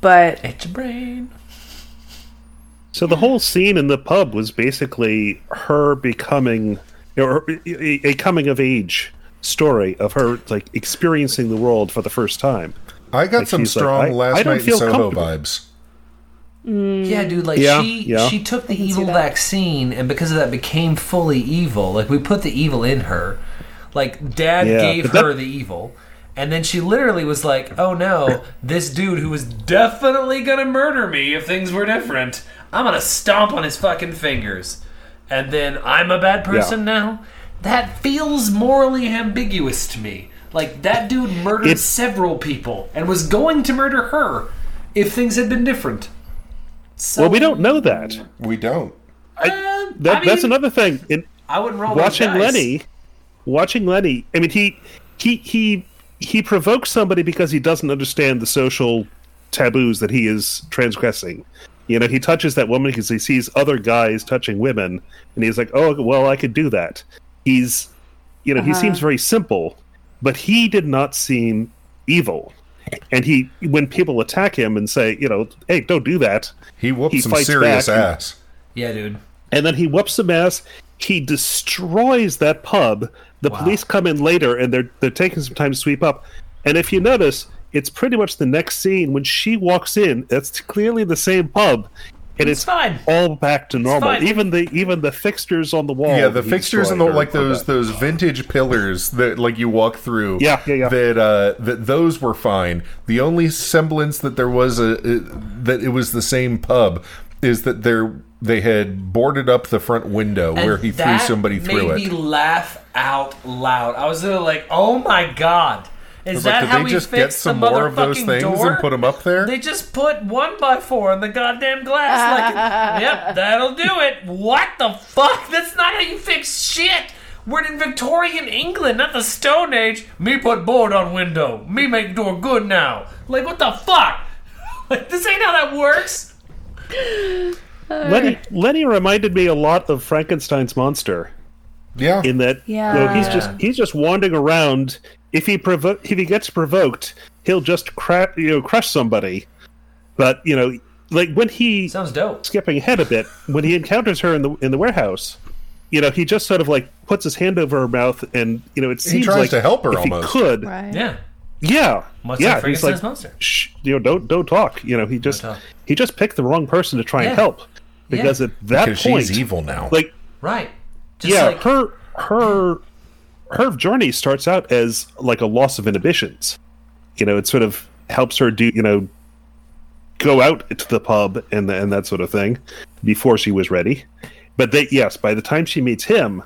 S3: but
S2: Ate your brain.
S4: So the whole scene in the pub was basically her becoming, or a a coming of age story of her like experiencing the world for the first time.
S1: I got some
S4: she's like,
S1: strong
S4: I-
S1: last
S4: I don't
S1: night in
S4: feel
S1: Soho
S4: comfortable.
S1: vibes.
S2: Yeah, dude. Like
S4: Yeah,
S2: she
S4: yeah.
S2: she took the
S3: can see
S2: evil
S3: that.
S2: vaccine, and because of that, became fully evil. Like we put the evil in her. Like dad
S4: Yeah,
S2: gave
S4: but that-
S2: her the evil, and then she literally was like, "Oh no, this dude who was definitely gonna murder me if things were different, I'm gonna stomp on his fucking fingers." And then I'm a bad person now. That feels morally ambiguous to me. Like that dude murdered
S4: It's-
S2: several people and was going to murder her if things had been different. So,
S4: Well, we don't know that.
S1: We don't.
S2: um,
S4: that
S2: I
S4: that's
S2: mean,
S4: another thing. In
S2: I wouldn't roll those
S4: watching
S2: dice.
S4: Lenny, watching Lenny. I mean, he he he he provokes somebody because he doesn't understand the social taboos that he is transgressing. You know, he touches that woman because he sees other guys touching women, and he's like, "Oh, well, I could do that." He's, you know, he seems very simple, but he did not seem evil. And he, when people attack him and say, you know, "Hey, don't do that,"
S1: He whooped
S4: He
S1: some
S4: fights
S1: serious
S4: back and-
S1: ass.
S2: Yeah, dude.
S4: and then he whoops some ass. He destroys that pub. The police come in later, and they're they're taking some time to sweep up. And if you notice, it's pretty much the next scene when she walks in. That's clearly the same pub, and it's,
S2: fine.
S4: all back to normal.
S2: fine.
S4: Even the even the fixtures on the wall.
S1: Yeah, the
S4: he
S1: fixtures and the
S4: destroyed are-
S1: like
S4: are
S1: those
S4: back.
S1: those vintage pillars that like you walk through.
S4: Yeah, yeah, yeah.
S1: That uh, that those were fine. The only semblance that there was a uh, that it was the same pub is that there they had boarded up the front window where
S2: And
S1: he threw
S2: that
S1: somebody through
S2: made
S1: it.
S2: me laugh out loud. I was literally like, "Oh my god." Is
S1: Like,
S2: that
S1: did
S2: how
S1: they
S2: we
S1: just
S2: fix
S1: get some
S2: the
S1: more of those
S2: motherfucking
S1: things
S2: door?
S1: and put them up there?
S2: They just put one by four on the
S1: [LAUGHS]
S2: goddamn glass. Like, yep, that'll do it. What the fuck? That's not how you fix shit. We're in Victorian England, not the Stone Age. Me put board on window. Me make door good now. Like, what the fuck? [LAUGHS] Like, this ain't how that works.
S4: Lenny Lenny reminded me a lot of Frankenstein's monster.
S1: yeah,
S4: in that
S3: Yeah.
S4: you know, he's
S2: Yeah.
S4: just he's just wandering around if he provo- if he gets provoked he'll just crap you know crush somebody but you know like when he
S2: Sounds dope.
S4: skipping ahead a bit when he encounters her in the in the warehouse you know he just sort of like puts his hand over her mouth and you know it seems
S1: tries
S4: like
S1: to help her
S4: if
S1: almost.
S4: he could
S3: Right.
S2: Yeah.
S4: yeah
S2: Much
S4: yeah
S2: like
S4: he's
S2: Frankenstein's monster.
S4: Shh, you know don't don't talk you know he just
S2: talk.
S4: he just picked the wrong person to try
S2: Yeah.
S4: and help because at that
S1: because
S4: point
S1: she's evil now.
S4: like
S2: Right. Just
S4: yeah,
S2: like,
S4: her her her journey starts out as like a loss of inhibitions. You know, it sort of helps her do you know go out to the pub and and that sort of thing before she was ready. But they yes, by the time she meets him,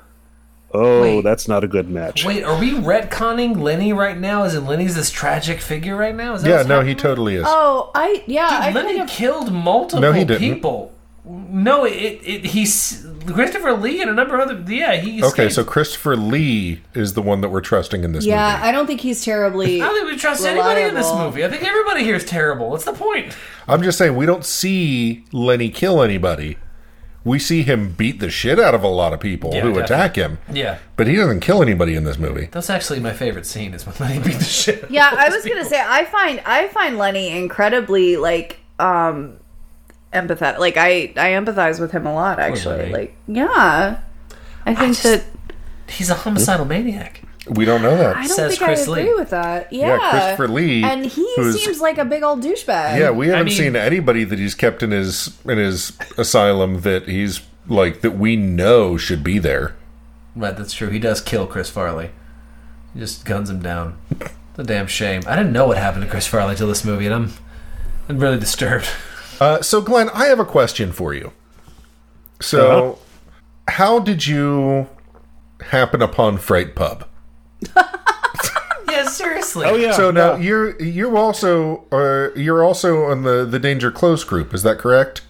S4: oh,
S2: Wait.
S4: that's not a good match.
S2: Wait, are we retconning Lenny right now? As in Lenny's this tragic figure right now? Is that
S1: yeah,
S2: what's
S1: no,
S2: happening?
S1: he totally is.
S3: Oh, I yeah, I
S2: Lenny
S3: kind of
S2: killed multiple
S1: No, he didn't.
S2: people. No, it, it he's Christopher Lee and a number of other. Yeah, he.
S1: okay,
S2: escaped.
S1: so Christopher Lee is the one that we're trusting in this
S3: yeah,
S1: movie.
S3: I don't think he's terribly.
S2: I don't think we trust anybody in this
S3: Reliable.
S2: movie. I think everybody here is terrible. What's the point?
S1: I'm just saying we don't see Lenny kill anybody. We see him beat the shit out of a lot of people
S2: Yeah,
S1: who
S2: definitely.
S1: attack him.
S2: Yeah,
S1: But he doesn't kill anybody in this movie.
S2: that's actually my favorite scene is when Lenny beat the shit.
S3: yeah,
S2: [LAUGHS]
S3: I was gonna say I find I find Lenny incredibly like um empathetic. Like I I empathize with him a lot actually.
S2: Lenny.
S3: Like yeah, I think
S2: just-
S3: that
S2: He's a homicidal maniac.
S1: We don't know that.
S3: I don't
S2: Says
S3: think
S2: Chris
S3: I agree
S2: Lee.
S3: with that. Yeah,
S1: yeah, Christopher Lee.
S3: and he
S1: who is-
S3: seems like a big old douchebag.
S1: Yeah, we haven't
S2: mean-
S1: seen anybody that he's kept in his in his asylum that he's like that we know should be there.
S2: Right, that's true. He does kill Chris Farley. He just guns him down. It's a damn shame. I didn't know what happened to Chris Farley till this movie, and I'm I'm really disturbed.
S1: Uh, so, Glenn, I have a question for you.
S4: Uh-huh.
S1: So, how did you happen upon Fright Pub?
S2: yeah, seriously.
S4: Oh yeah.
S1: so now you're you also uh, you're also on the the Danger Close group. Is that correct?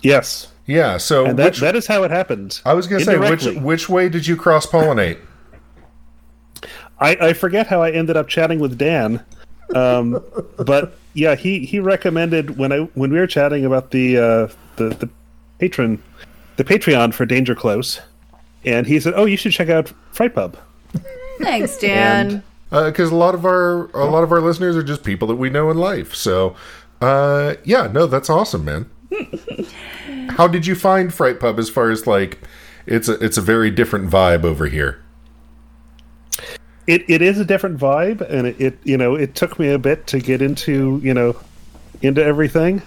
S4: yes.
S1: Yeah. So
S4: And that
S1: which,
S4: that is how it happened.
S1: I was going to say which
S4: Indirectly.
S1: which way did you cross pollinate?
S4: I, I forget how I ended up chatting with Dan, um, but yeah, he, he recommended when I when we were chatting about the uh, the the patron the Patreon for Danger Close, and he said, "Oh, you should check out Fright Pub."
S3: [LAUGHS] Thanks, Dan.
S4: And-
S1: because Uh, a lot of our a lot of our listeners are just people that we know in life. So, uh, yeah, no, that's awesome,
S4: [LAUGHS]
S1: man. How did you find Fright Pub? As far as like, it's a it's a very different vibe over here.
S4: It it is a different vibe, and it, it you know it took me a bit to get into you know into everything,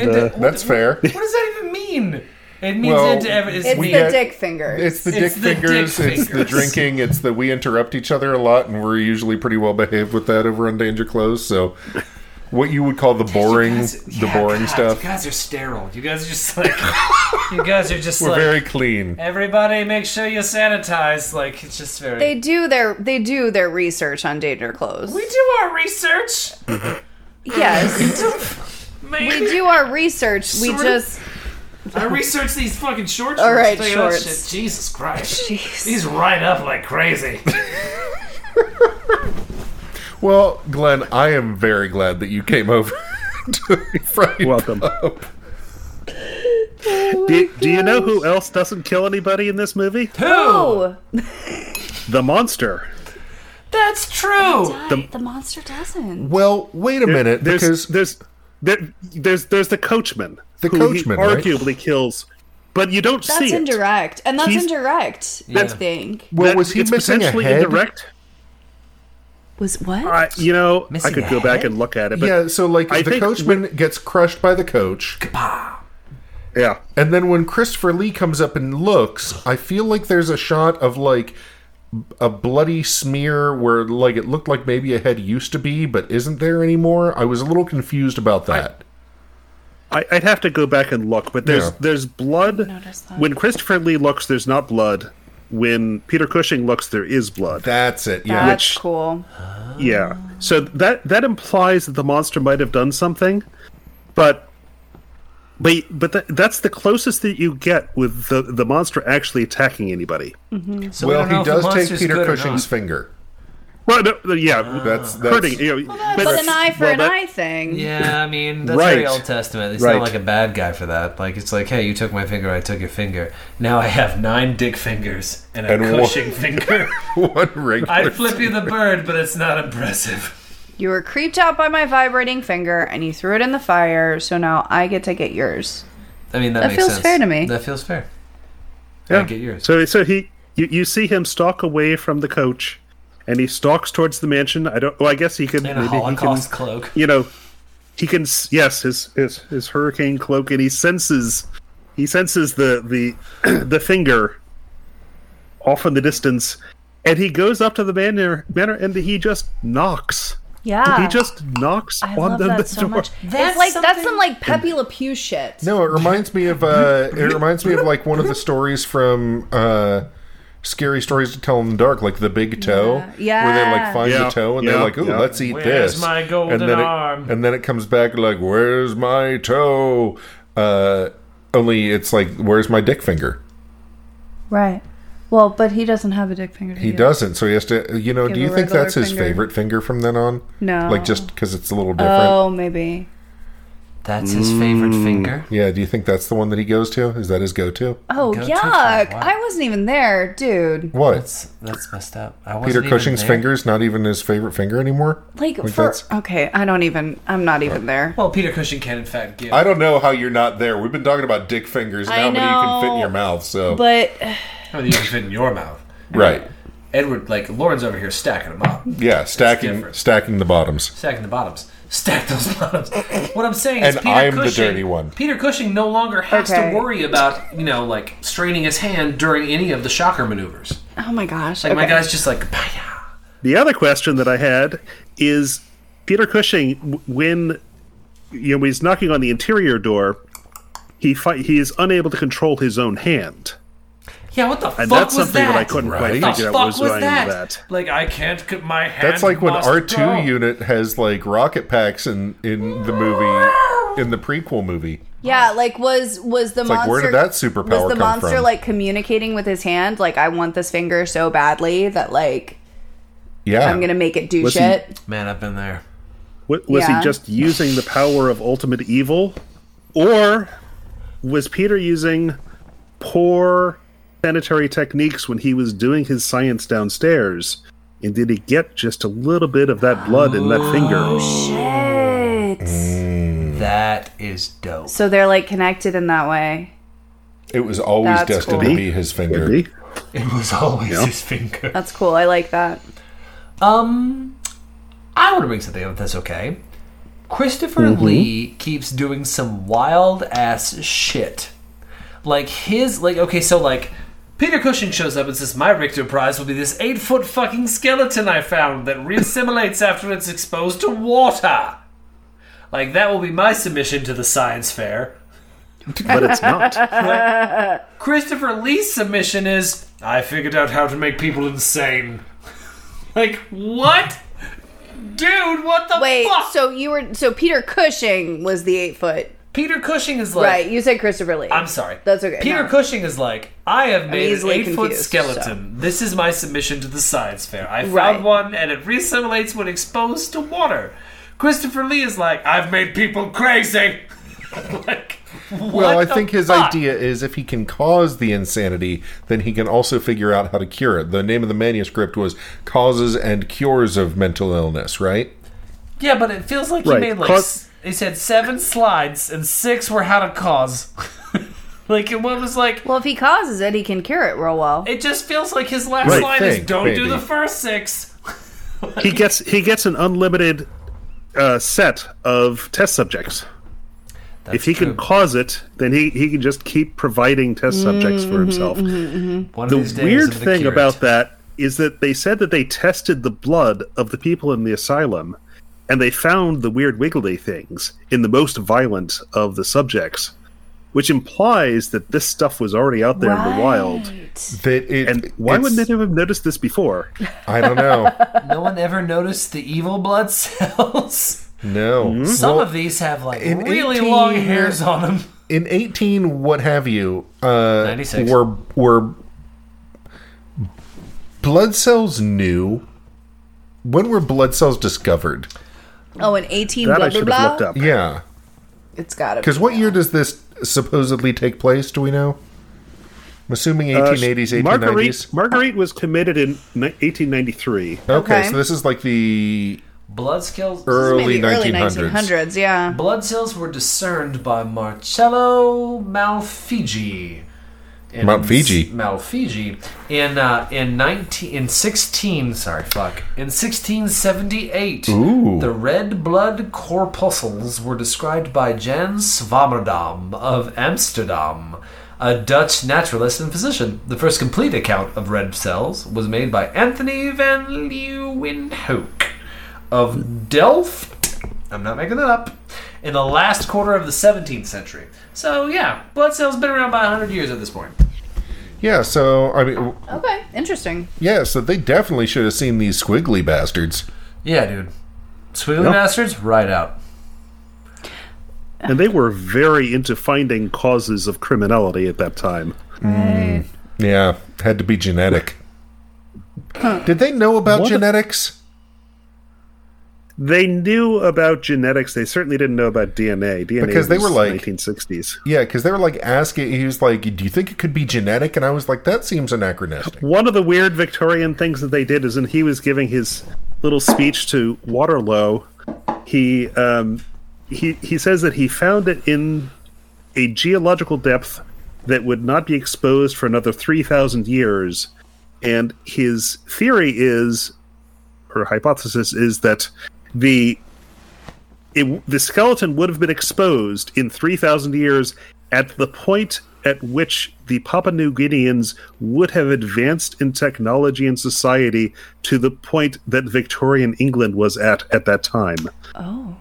S2: And
S4: uh,
S2: the-
S1: That's fair.
S2: [LAUGHS] What does that even mean? It means
S1: Well,
S2: it to every. It's,
S3: It's
S1: We get-
S3: the dick fingers.
S1: It's the dick
S2: It's the dick
S1: fingers, it's the
S2: fingers.
S1: drinking, it's the we interrupt each other a lot, and we're usually pretty well behaved with that over on Danger Close. So, what you would call the boring, the boring stuff,
S2: You guys are sterile. You guys are
S1: [LAUGHS]
S2: just like. you guys are just
S1: we're
S2: like.
S1: very clean.
S2: Everybody, make sure you sanitize. Like it's just very.
S3: they do their they do their research on danger clothes.
S2: we do our research. [LAUGHS]
S3: yes,
S2: Man,
S3: we do our research. We
S2: Sort of.
S3: just
S2: I researched these fucking short shorts.
S3: All right,
S2: I'll tell you that
S3: shorts.
S2: shit. Jesus Christ.
S3: Jeez.
S2: These ride up like crazy.
S1: Well, Glenn, I am very glad that you came over. [LAUGHS] to Friday
S4: welcome.
S1: Pub.
S4: do, do you know who else doesn't kill anybody in this movie?
S2: Who?
S3: oh,
S4: The monster.
S2: That's true.
S3: the, monster doesn't.
S1: Well, wait a minute,
S4: There's
S1: because
S4: there's there, there's there's the coachman.
S1: The
S4: who he
S1: coachman, right?
S4: arguably kills, but you don't
S3: That's
S4: see it.
S3: indirect, and that's
S4: He's-
S3: indirect. I
S2: That's-
S3: think
S1: well,
S4: That-
S1: was he
S4: it's
S1: missing a
S4: potentially
S1: head?
S4: indirect?
S3: was what?
S4: I, you know,
S2: Missing
S4: I could
S2: a
S4: go back
S2: head?
S4: and look at it. But
S1: yeah, so like
S4: I
S1: the
S4: think
S1: coachman gets crushed by the coach,
S4: yeah.
S1: and then when Christopher Lee comes up and looks, I feel like there's a shot of like a bloody smear where like it looked like maybe a head used to be, but isn't there anymore. I was a little confused about that.
S4: I, I'd have to go back and look, but there's
S1: Yeah.
S4: there's blood.
S3: notice that.
S4: When Christopher Lee looks, there's not blood. When Peter Cushing looks, there is blood.
S1: That's it. Yeah.
S3: that's
S4: which-
S3: cool.
S4: yeah. So that that implies that the monster might have done something, but but but that, that's the closest that you get with the the monster actually attacking anybody.
S2: So we
S1: well,
S2: don't know
S1: he
S2: if the
S1: does take
S2: monster's
S1: Peter
S2: good or
S1: Cushing's
S2: not.
S1: finger. [LAUGHS]
S4: Well, no, no, yeah,
S1: That's that's
S4: Ah. hurting. You know,
S3: But
S4: but-
S3: an eye for
S4: well,
S3: an
S4: that-
S3: eye thing.
S2: Yeah, I mean that's
S4: Right.
S2: very Old Testament. It's
S4: Right.
S2: not like a bad guy for that. Like it's like, hey, you took my finger, I took your finger. Now I have nine dick fingers and a
S1: And one-
S4: [LAUGHS]
S2: Cushing finger.
S1: one regular.
S2: I'd flip you the bird, but it's not impressive.
S3: You were creeped out by my vibrating finger, and you threw it in the fire. So now I get to get yours.
S2: I mean that,
S3: That
S2: makes
S3: feels
S2: sense.
S3: fair to me.
S2: That feels fair. I get yours.
S4: So so he you, you see him stalk away from the coach, and he stalks towards the mansion. I don't. Well, I guess he could
S2: and
S4: maybe
S2: a
S4: he can.
S2: Holocaust cloak.
S4: You know, he can. s- Yes, his his his hurricane cloak, and he senses he senses the [CLEARS THROAT] the the finger off in the distance, and he goes up to the manor manor, and he just knocks.
S3: Yeah,
S4: He just knocks
S3: Ah. I
S4: on
S3: love
S4: the,
S3: that
S4: the [LAUGHS]
S3: so
S4: door.
S3: much.
S2: That's
S3: it's like that's
S2: something-
S3: some like Pepe Le Pew shit.
S1: No, it reminds me of uh,
S4: [LAUGHS]
S1: it reminds me of like one of the stories from uh, scary stories to tell in the dark, like the Big Toe,
S3: Yeah.
S1: where they like find
S4: Yeah.
S1: the toe and they're
S4: Yeah.
S1: like, "Ooh,
S4: Yeah.
S1: let's eat
S2: Where's
S1: this."
S2: my golden
S1: and then
S2: arm?
S1: It, and then it comes back like, "Where's my toe?" Uh, only it's like, "Where's my dick finger?"
S3: Right. Well, but he doesn't have a dick finger.
S1: He doesn't, so he has to. You know,
S3: Give
S1: do
S3: a
S1: you think
S3: regular
S1: that's his
S3: finger.
S1: favorite finger from then on?
S3: No.
S1: like just because it's a little different.
S3: Oh, maybe.
S2: That's his favorite finger.
S1: Yeah, do you think that's the one that he goes to? Is that his go-to?
S3: Oh,
S2: Go-to
S3: yuck!
S2: for what?
S3: I wasn't even there, dude.
S1: What?
S2: That's that's messed up. I wasn't
S1: Peter
S2: even
S1: Cushing's
S2: there.
S1: finger's not even his favorite finger anymore.
S3: Like,
S1: Like,
S3: for
S1: that's-
S3: okay, I don't even. I'm not even there.
S2: Well, Peter Cushing can in fact give.
S1: I don't know how you're not there. We've been talking about dick fingers and
S3: I
S1: how many you can fit in
S3: know,
S1: your mouth. So
S3: But
S2: How many you can fit in your mouth?
S1: right,
S2: Edward, like Lauren's over here stacking them up,
S1: yeah, stacking
S2: different.
S1: stacking the bottoms.
S2: stacking the bottoms, stack those [LAUGHS] bottoms. What I'm saying is,
S1: And
S2: Peter
S1: I'm the
S2: Cushing,
S1: dirty one.
S2: Peter Cushing no longer has
S3: Okay.
S2: to worry about you know like straining his hand during any of the shocker maneuvers.
S3: oh my gosh,
S2: Like my
S3: okay.
S2: guy's just like, "Pah-yah."
S4: The other question that I had is Peter Cushing, w- when you know, when he's knocking on the interior door, he fight, he is unable to control his own hand.
S2: yeah, what the fuck
S4: And that's
S2: was
S4: something that?
S2: that?
S4: I couldn't
S1: Right.
S4: quite
S2: What the
S4: figure out
S2: fuck
S4: was,
S2: was
S4: going
S2: that?
S4: on with that.
S2: Like I can't. c- My hand.
S1: That's like when
S2: must
S1: R
S2: go.
S1: two unit has like rocket packs in in the movie in the prequel movie.
S3: yeah, like was was the
S1: like,
S3: monster?
S1: where did that superpower
S3: Was the
S1: come
S3: monster
S1: from?
S3: like communicating with his hand? Like, I want this finger so badly that like
S1: Yeah,
S3: I'm gonna make it do
S4: Was he-
S3: shit.
S2: Man, I've been there.
S4: Wa- Was
S3: Yeah.
S4: he just using the power of ultimate evil, or was Peter using poor sanitary techniques when he was doing his science downstairs? And did he get just a little bit of that blood in that finger?
S3: Shit.
S2: That is dope.
S3: So they're like connected in that way.
S1: it was always
S3: That's
S1: destined
S3: cool.
S1: to be his finger.
S4: Maybe.
S2: It was always his finger.
S3: That's cool. I like that.
S2: Um, I want to bring something up. if That's okay. Christopher Lee keeps doing some wild ass shit. Like his like okay, so like Peter Cushing shows up and says, My Richter prize will be this eight foot fucking skeleton I found that reassimilates after it's exposed to water. Like that will be my submission to the science fair.
S4: but it's not.
S2: Christopher Lee's submission is I figured out how to make people insane. [LAUGHS] like, what? Dude, what the
S3: Wait,
S2: fuck?
S3: so you were so Peter Cushing was the eight foot,
S2: Peter Cushing is like
S3: right? You said Christopher Lee.
S2: I'm sorry.
S3: That's okay,
S2: Peter
S3: no.
S2: Cushing is like, I have made an
S3: easily
S2: eight foot
S3: confused,
S2: skeleton. This is my submission to the science fair. I found
S3: Right.
S2: one and it reassimilates when exposed to water. Christopher Lee is like, I've made people crazy. [LAUGHS] like, what
S1: Well, I
S2: the
S1: think his
S2: fuck?
S1: idea is if he can cause the insanity, then he can also figure out how to cure it. The name of the manuscript was Causes and Cures of Mental Illness, right?
S2: Yeah, but it feels like
S4: Right.
S2: he made like
S4: Cause-
S2: s- he said seven slides and six were how to cause. [LAUGHS] like and one was like
S3: Well, if he causes it, he can cure it real well.
S2: it just feels like his last
S4: Right,
S2: line is
S1: thank-
S2: don't do
S1: maybe.
S2: the first six.
S4: He gets he gets an unlimited uh, set of test subjects. if he
S2: Hmm.
S4: can cause it, then he, he can just keep providing test subjects for himself.
S2: One
S4: The weird thing about that is that they said that they tested the blood of the people in the asylum and they found the weird wiggly things in the most violent of the subjects, which implies that this stuff was already out there in the wild.
S1: That it,
S4: And why
S1: it's-
S4: wouldn't anyone have noticed this
S3: [LAUGHS]
S4: before?
S1: I don't know.
S2: no one ever noticed the evil blood [LAUGHS] cells.
S1: No.
S2: Some
S1: Well,
S2: of these have like
S1: in
S2: really
S1: 18
S2: long hairs on
S4: [LAUGHS]
S2: them.
S1: in 18 what have you uh
S2: 96.
S1: were were blood cells new when were blood cells discovered
S3: Oh, an eighteen
S4: That
S3: blah
S4: I
S3: blah
S4: should have looked
S3: blah.
S4: up.
S1: yeah
S3: It's got to
S1: because what year does this supposedly take place do we know i'm assuming 1880s 1890s
S4: Uh, Marguerite, Marguerite was committed in ni- 1893.
S1: okay,
S3: Okay.
S1: so this is like the
S2: Blood cells
S1: early,
S3: Maybe early
S1: 1900s.
S3: 1900s. Yeah.
S2: Blood cells were discerned by Marcello Malfigi. In
S1: Malfigi?
S2: Malfigi in uh, in nineteen in sixteen sorry fuck in sixteen seventy eight.
S1: Ooh.
S2: The red blood corpuscles were described by Jan Swammerdam of Amsterdam, a Dutch naturalist and physician. The first complete account of red cells was made by Anthony van Leeuwenhoek of Delft. I'm not making that up. In the last quarter of the 17th century. So yeah, blood cells been around by 100 years at this point.
S1: yeah so i mean w-
S3: Okay. Interesting.
S1: yeah so they definitely should have seen these squiggly bastards
S2: Yeah, dude. Squiggly bastards, right out.
S4: And they were very into finding causes of criminality at that time.
S1: yeah had to be genetic did they know about
S4: What the-
S1: genetics
S4: They knew about genetics. They certainly didn't know about DNA. DNA
S1: Because they were
S4: was
S1: like-
S4: 1960s.
S1: Yeah, because they were like asking. He was like, "Do you think it could be genetic?" And I was like, "That seems anachronistic."
S4: One of the weird Victorian things that they did is when he was giving his little speech to Waterloo, he um, he he says that he found it in a geological depth that would not be exposed for another three thousand years, and his theory is, or hypothesis is that the it, the skeleton would have been exposed in 3,000 years at the point at which the Papua New Guineans would have advanced in technology and society to the point that Victorian England was at at that time. Oh.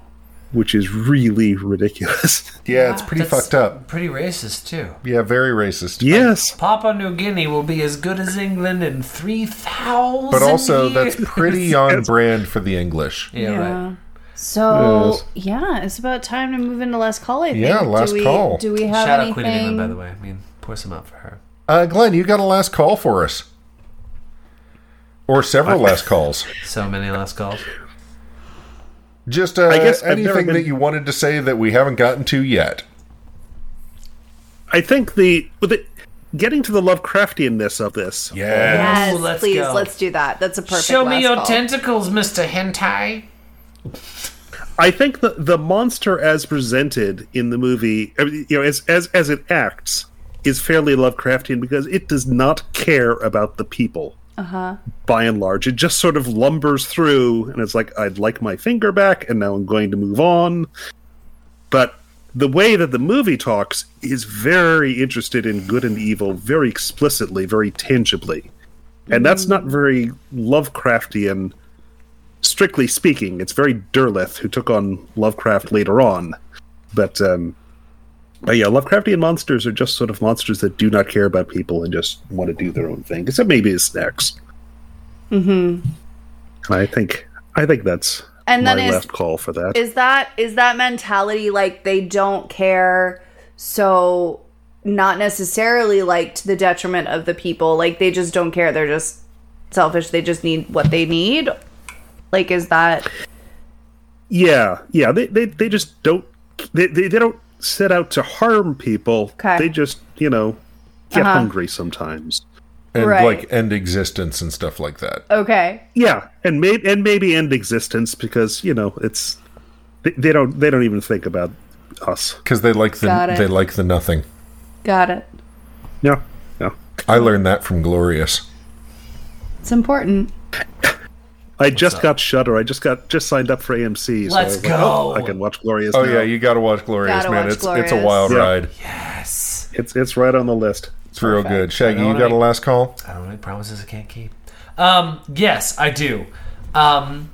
S4: Which is really ridiculous. [LAUGHS]
S1: Yeah, it's pretty fucked up.
S2: Pretty racist too.
S1: Yeah, very racist.
S4: yes.
S2: Papua New Guinea will be as good as England in 3,000
S1: But also, that's
S2: [LAUGHS] years.
S1: pretty on brand for the English.
S2: Yeah, right.
S3: So
S4: Yes.
S3: yeah, it's about time to move into last call. I think.
S1: Yeah, last
S3: do we,
S1: call.
S3: Do we have
S2: Shout out
S3: anything?
S2: Queen of England, by the way. I mean, pour some out for her.
S1: Uh, Glenn, you got a last call for us, or several last calls.
S2: So many last calls.
S1: Just uh,
S4: I guess I've never
S1: anything
S4: been-
S1: that you wanted to say that we haven't gotten to yet.
S4: I think the, with the getting to the Lovecraftianness of this.
S1: Yeah.
S3: Yes,
S2: Ooh, let's
S3: please.
S2: go.
S3: Let's do that. That's a perfect.
S2: Show me
S3: last
S2: your
S3: call.
S2: tentacles, Mr. Hentai.
S4: I think the the monster as presented in the movie, I mean, you know, as as as it acts, is fairly Lovecraftian because it does not care about the people. by and large. It just sort of lumbers through, and it's like, I'd like my finger back, and now I'm going to move on. But the way that the movie talks is very interested in good and evil, very explicitly, very tangibly. And that's not very Lovecraftian, strictly speaking. It's very Derleth, who took on Lovecraft later on. But, um, but yeah, Lovecraftian monsters are just sort of monsters that do not care about people and just want to do their own thing, except maybe it's snacks. Mm-hmm. I think I think that's
S3: And
S4: my
S3: then is-
S4: left call for that.
S3: Is that is that mentality like they don't care so not necessarily like to the detriment of the people like they just don't care they're just selfish they just need what they need like is that
S4: yeah, yeah. They, they they just don't they, they they don't set out to harm people.
S3: Okay. Uh-huh.
S4: They just you know get hungry sometimes.
S1: and
S3: Right.
S1: like end existence and stuff like that.
S3: okay
S4: Yeah, and may, and maybe end existence because you know it's they, they don't they don't even think about us.
S1: Because they like
S3: Got
S1: the
S3: it.
S1: they like the nothing.
S3: got it
S4: Yeah, yeah.
S1: I learned that from Glorious.
S3: it's important
S4: I just got Shutter. I just got just signed up for AMC. So I
S2: Let's
S4: was like, oh,
S2: go.
S4: I can watch Glorious.
S1: Oh
S4: now.
S1: yeah, you got to watch Glorious,
S3: Gotta
S1: man.
S3: watch
S1: it's it's a
S3: Glorious.
S1: wild
S4: Yeah.
S1: ride.
S2: Yes.
S4: it's it's right on the list.
S1: It's real good. Shaggy,
S2: know
S1: you
S2: what
S1: got
S2: I-
S1: a last call?
S2: I don't make promises I can't keep. Um, yes, I do. Um,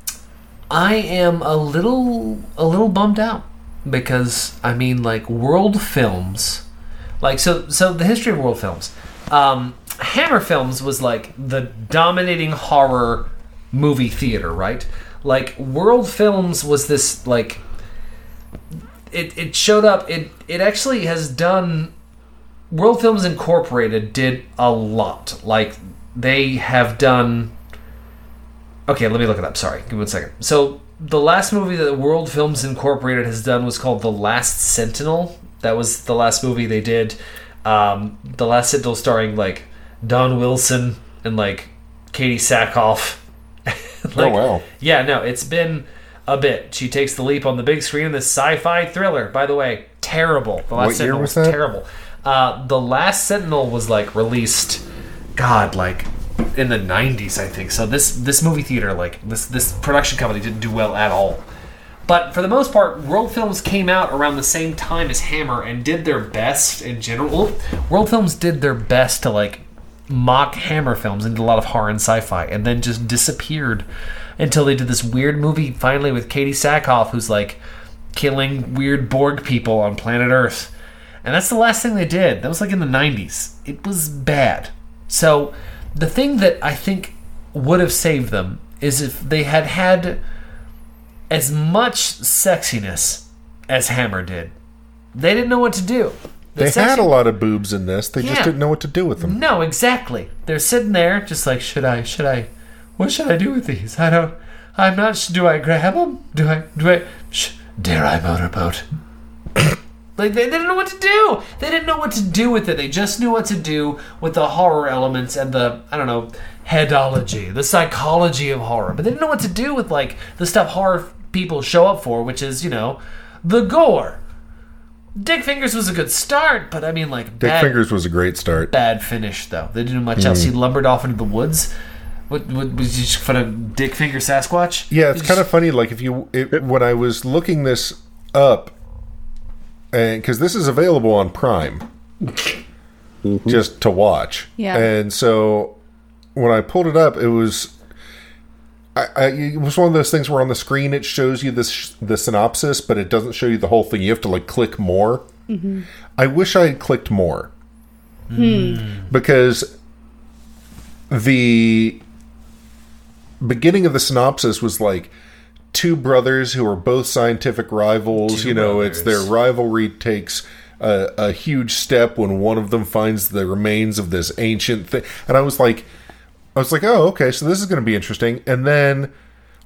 S2: I am a little a little bummed out because I mean, like world films, like so so the history of world films. Um, Hammer Films was like the dominating horror movie theater, right? Like world films was this like it, it showed up it it actually has done World Films Incorporated did a lot. Like they have done. Okay, let me look it up. Sorry, give me one second. So the last movie that World Films Incorporated has done was called The Last Sentinel. That was the last movie they did. Um, the Last Sentinel, starring like Don Wilson and like Katie Sackhoff. [LAUGHS] Like,
S1: wow.
S2: Yeah, no, it's been a bit. She takes the leap on the big screen in this sci-fi thriller. By the way, terrible. The Last
S1: What year
S2: Sentinel
S1: was
S2: was,
S1: that?
S2: terrible. Uh, the Last Sentinel was like released, God, like in the '90s, I think. So this this movie theater, like this this production company, didn't do well at all. But for the most part, World Films came out around the same time as Hammer and did their best in general. World Films did their best to like mock Hammer films and did a lot of horror and sci-fi, and then just disappeared until they did this weird movie finally with Katie Sackhoff, who's like killing weird Borg people on planet Earth. And that's the last thing they did. That was like in the 90s. It was bad. So the thing that I think would have saved them is if they had had as much sexiness as Hammer did. They didn't know what to do. The
S1: They had
S2: sexy-
S1: a lot of boobs in this. They just
S2: Yeah.
S1: didn't know what to do with them.
S2: no, exactly. They're sitting there, just like, should I? Should I? What should I do with these? I don't. I'm not. sh- Do I grab them? Do I? Do I? Sh- dare I motorboat? [COUGHS] like they, they didn't know what to do. They didn't know what to do with it. They just knew what to do with the horror elements and the I don't know headology, the psychology of horror. But they didn't know what to do with like the stuff horror people show up for, which is you know the gore. Dick Fingers was a good start, but I mean like
S1: Dick Fingers was a great start.
S2: bad finish though. They didn't do much
S1: Hmm.
S2: else. He lumbered off into the woods. What, what was he just for a dick finger Sasquatch?
S1: Yeah, it's kind of funny. Like if you it, when I was looking this up, and because this is available on Prime, just to watch.
S3: Yeah.
S1: and so when I pulled it up, it was. I, I, it was one of those things where on the screen it shows you this the synopsis, but it doesn't show you the whole thing. You have to like click more. I wish I had clicked more because the beginning of the synopsis was like two brothers who are both scientific rivals. you know, it's their
S2: brothers.
S1: rivalry takes a, a huge step when one of them finds the remains of this ancient thing. And I was like, I was like, oh, okay, so this is going to be interesting. And then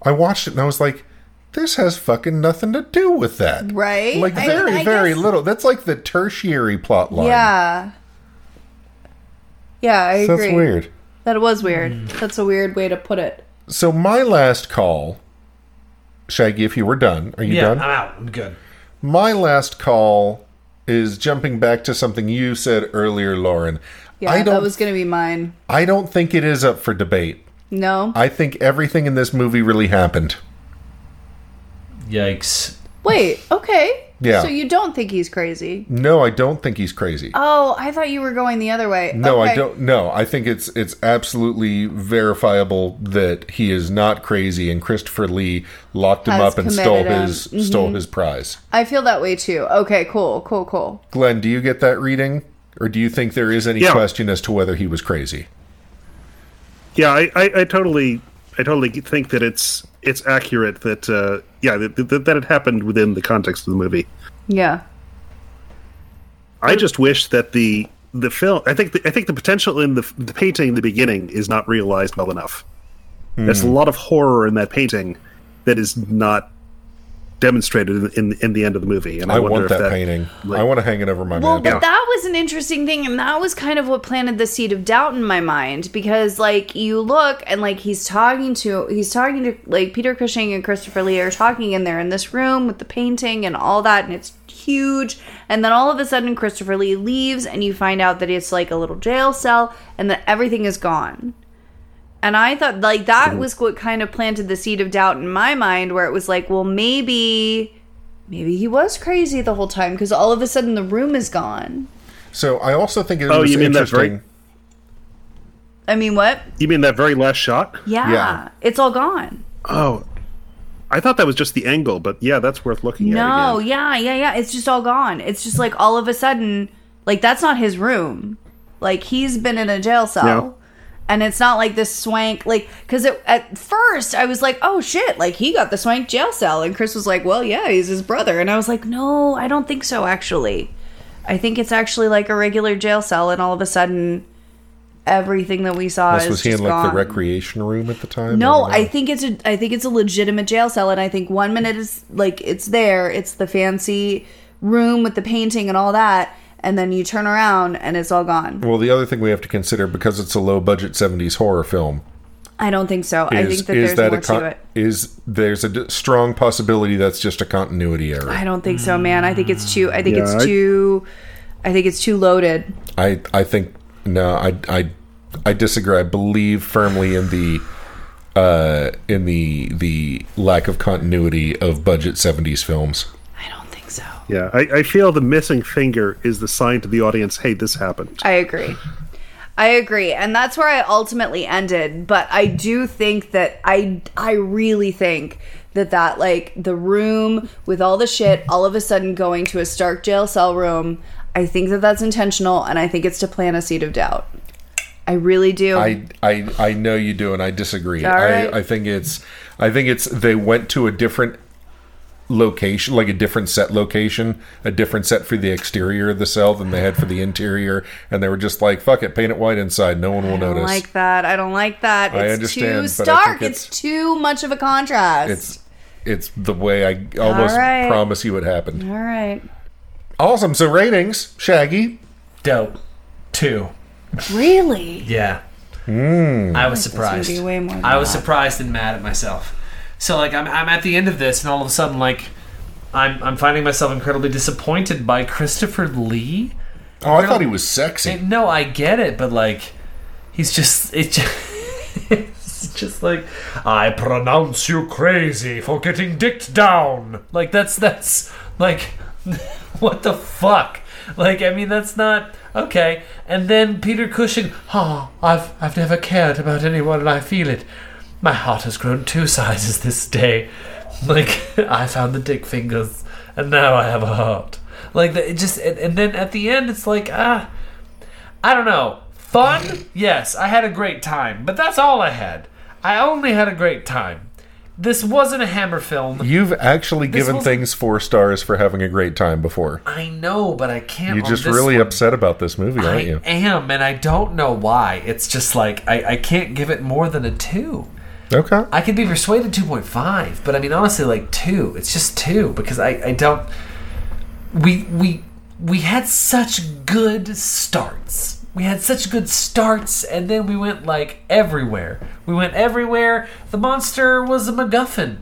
S1: I watched it and I was like, this has fucking nothing to do with that.
S3: Right?
S1: Like,
S3: I-
S1: very,
S3: I
S1: very
S3: guess-
S1: little. That's like the tertiary plot line.
S3: yeah yeah I
S1: So
S3: agree
S1: That's weird.
S3: that was weird that's a weird way to put it
S1: So my last call, Shaggy, if you were done, are you
S2: yeah.
S1: done?
S2: I'm out. I'm good.
S1: my last call is jumping back to something you said earlier, Lauren.
S3: Yeah,
S1: I
S3: that
S1: don't-
S3: was going to be mine.
S1: I don't think it is up for debate.
S3: No.
S1: I think everything in this movie really happened.
S2: Yikes.
S3: Wait, okay.
S1: Yeah.
S3: So you don't think he's crazy?
S1: No, I don't think he's crazy.
S3: Oh, I thought you were going the other way.
S1: No, I
S3: Okay.
S1: don't. No, I think it's it's absolutely verifiable that he is not crazy, and Christopher Lee locked him
S3: Has
S1: up and stole
S3: committed him. Mm-hmm.
S1: his stole his prize.
S3: I feel that way too. Okay, cool, cool, cool.
S1: Glenn, do you get that reading, or do you think there is any
S4: Yeah.
S1: question as to whether he was crazy?
S4: Yeah, I, I, I totally, I totally think that it's it's accurate that uh, yeah that, that, that it happened within the context of the movie.
S3: Yeah.
S4: I just wish that the the film. I think the, I think the potential in the the painting in the beginning is not realized well enough. There's
S1: Hmm.
S4: a lot of horror in that painting that is not demonstrated in in, in the end of the movie. And I,
S1: I,
S4: wonder
S1: want
S4: if
S1: that,
S4: that,
S1: painting.
S4: like-
S1: I want to hang it over my
S3: Well,
S1: bed.
S3: but that was an interesting thing, and that was kind of what planted the seed of doubt in my mind because, like, you look and like he's talking to he's talking to like Peter Cushing and Christopher Lee are talking, and they're in this room with the painting and all that, and it's huge. And then all of a sudden, Christopher Lee leaves, and you find out that it's like a little jail cell, and that everything is gone. And I thought like that was what kind of planted the seed of doubt in my mind, where it was like, well, maybe. Maybe he was crazy the whole time because all of a sudden the room is gone.
S1: So I also think it
S4: Oh,
S1: was
S4: you mean that
S1: interesting.
S4: very-
S3: I mean, what?
S4: You mean that very last shot?
S3: Yeah,
S1: Yeah.
S3: it's all gone.
S4: Oh, I thought that was just the angle, but yeah, that's worth looking at.
S3: No,
S4: again.
S3: yeah, yeah, yeah. It's just all gone. It's just like all of a sudden, like that's not his room. Like he's been in a jail cell.
S4: No.
S3: And it's not like this swank, like, because at first I was like, oh shit, like he got the swank jail cell. And Chris was like, well, yeah, he's his brother. And I was like, no, I don't think so, actually. I think it's actually like a regular jail cell. And all of a sudden, everything that we saw
S1: This
S3: is
S1: was he in
S3: just
S1: like
S3: gone.
S1: the recreation room at the time?
S3: No,
S1: don't
S3: I
S1: know.
S3: think it's a I think it's a legitimate jail cell, and I think one minute is like it's there, it's the fancy room with the painting and all that, and then you turn around and it's all gone.
S1: Well, the other thing we have to consider because it's a low budget '70s horror film
S3: I don't think so. I
S1: is
S3: think that
S1: is
S3: there's
S1: that
S3: more
S1: a con-
S3: to it.
S1: is there's a d- strong possibility that's just a continuity error.
S3: I don't think so, man. I think it's too. I think
S4: Yeah,
S3: it's
S4: I-
S3: too. I think it's too loaded.
S1: I I think no, I I I disagree. I believe firmly in the uh in the the lack of continuity of budget 70s films.
S3: I don't think so.
S4: Yeah, I, I feel the missing finger is the sign to the audience, hey, this happened.
S3: I agree. I agree, and that's where I ultimately ended. But I do think that I I really think that that like the room with all the shit, all of a sudden going to a stark jail cell room. I think that that's intentional, and I think it's to plant a seed of doubt. I really do.
S1: I, I I know you do, and I disagree.
S3: All right.
S1: I, I think it's I think it's they went to a different location, like a different set location, a different set for the exterior of the cell than they had for the interior, and they were just like, "Fuck it, paint it white inside. No one will
S3: I don't
S1: notice."
S3: like that. I don't like that. It's
S1: I
S3: too
S1: understand, but I think
S3: stark. It's,
S1: it's-
S3: too much of a contrast.
S1: it's it's the way I almost
S3: All right.
S1: promise you it happened.
S3: all right.
S1: Awesome. So ratings, Shaggy.
S2: Dope. Two.
S3: Really?
S2: Yeah.
S1: Hmm.
S2: I was surprised.
S3: movie way more than
S2: I was surprised and mad at myself. So like I'm I'm at the end of this and all of a sudden like I'm I'm finding myself incredibly disappointed by Christopher Lee.
S1: Oh, I thought he was sexy.
S2: No, I get it, but like he's just it just [LAUGHS] it's just like I pronounce you crazy for getting dicked down. Like that's that's like [LAUGHS] what the fuck? Like I mean that's not okay. And then Peter Cushing, oh, I've I've never cared about anyone and I feel it. My heart has grown two sizes this day. [LAUGHS] Like [LAUGHS] I found the dick fingers and now I have a heart. Like the, it just and, and then at the end it's like ah I don't know. Fun? Yes, I had a great time, but that's all I had. I only had a great time. This wasn't a hammer film.
S1: You've actually given
S2: was-
S1: things four stars for having a great time before.
S2: I know, but I can't.
S1: You're
S2: on
S1: just
S2: this
S1: really
S2: one.
S1: upset about this movie,
S2: I
S1: aren't you?
S2: am, and I don't know why. It's just like I, I can't give it more than a two.
S1: Okay.
S2: I could be persuaded 2.5, but I mean honestly like 2. It's just 2 because I I don't we we we had such good starts. We had such good starts and then we went like everywhere. We went everywhere. The monster was a MacGuffin.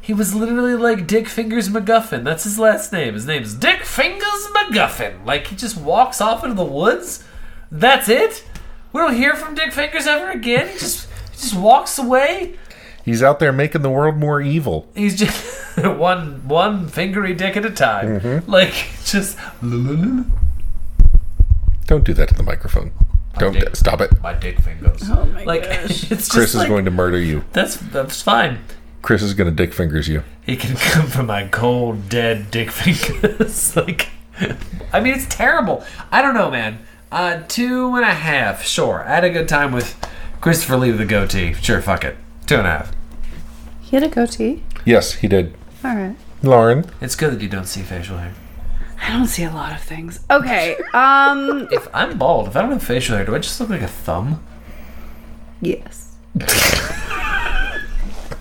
S2: He was literally like Dick Fingers MacGuffin. That's his last name. His name's Dick Fingers MacGuffin. Like he just walks off into the woods That's it. We don't hear from Dick Fingers ever again. He just he just walks away.
S1: He's out there making the world more evil.
S2: He's just [LAUGHS] one one fingery dick at a time.
S1: Mm-hmm.
S2: Like just
S1: Don't do that to the microphone. Don't
S2: did.
S1: stop it.
S2: my dick fingers.
S3: Oh my
S2: like
S3: gosh.
S2: [LAUGHS] it's just
S1: Chris is
S2: like,
S1: going to murder you.
S2: that's that's fine.
S1: Chris is going to dick fingers you.
S2: He can come for my cold dead dick [LAUGHS] fingers. like I mean it's terrible. I don't know, man. Uh two and a half, sure. I had a good time with Christopher Lee with the goatee. Sure, fuck it. Two and a half.
S3: He had a goatee.
S1: Yes, he did.
S3: All right.
S1: Lauren,
S2: It's good that you don't see facial hair.
S3: I don't see a lot of things. Okay. Um.
S2: If I'm bald, if I don't have facial hair, do I just look like a thumb?
S3: [LAUGHS] yes.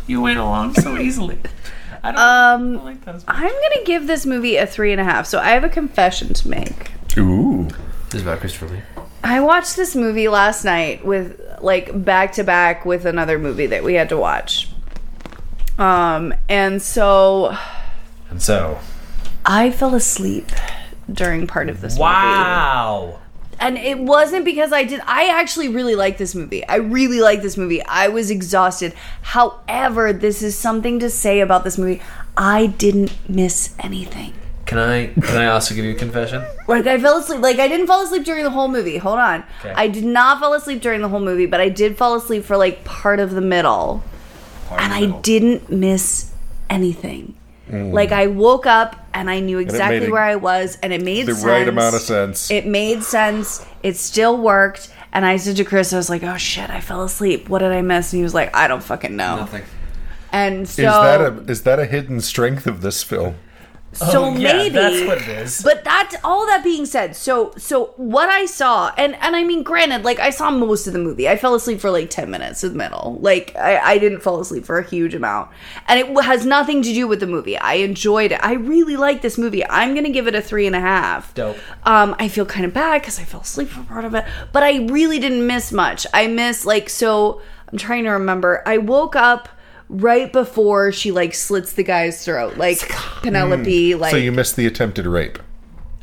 S2: You went along [LAUGHS] so easily. I don't, I
S3: Um.
S2: don't like those.
S3: I'm gonna give this movie a three and a half. So I have a confession to make.
S1: ooh,
S2: This is about Christopher Lee.
S3: I watched this movie last night with like back to back with another movie that we had to watch. Um. And so
S2: And so.
S3: I fell asleep during part of this movie.
S2: Wow.
S3: and it wasn't because I did. I actually really like this movie. I really like this movie. I was exhausted. However, this is something to say about this movie. I didn't miss anything.
S2: Can I can I also give you a confession?
S3: Like I fell asleep. Like I didn't fall asleep during the whole movie. Hold on.
S2: Okay.
S3: I did not fall asleep during the whole movie, but I did fall asleep for like part of the middle, and I didn't miss anything. Like I woke up and I knew exactly
S1: Mm. it-
S3: where I was, and it made
S1: the
S3: sense.
S1: right amount of sense.
S3: It made sense. It still worked. And I said to Chris, I was like, "Oh shit, I fell asleep. What did I miss?" And he was like, "I don't fucking know." And so,
S1: Is that a is that a hidden strength of this film?
S3: so
S2: Oh, yeah,
S3: maybe
S2: that's what it is.
S3: But that's all. That being said, so so what I saw, and and I mean, granted, like I saw most of the movie. I fell asleep for like ten minutes in the middle. Like I, I didn't fall asleep for a huge amount, and it has nothing to do with the movie. I enjoyed it. I really like this movie. I'm gonna give it a three and a half.
S2: Dope.
S3: Um, I feel kind of bad because I fell asleep for part of it, but I really didn't miss much. I miss like so. I'm trying to remember. I woke up right before she like slits the guy's throat, like Penelope. Like
S1: Mm. so you missed the attempted rape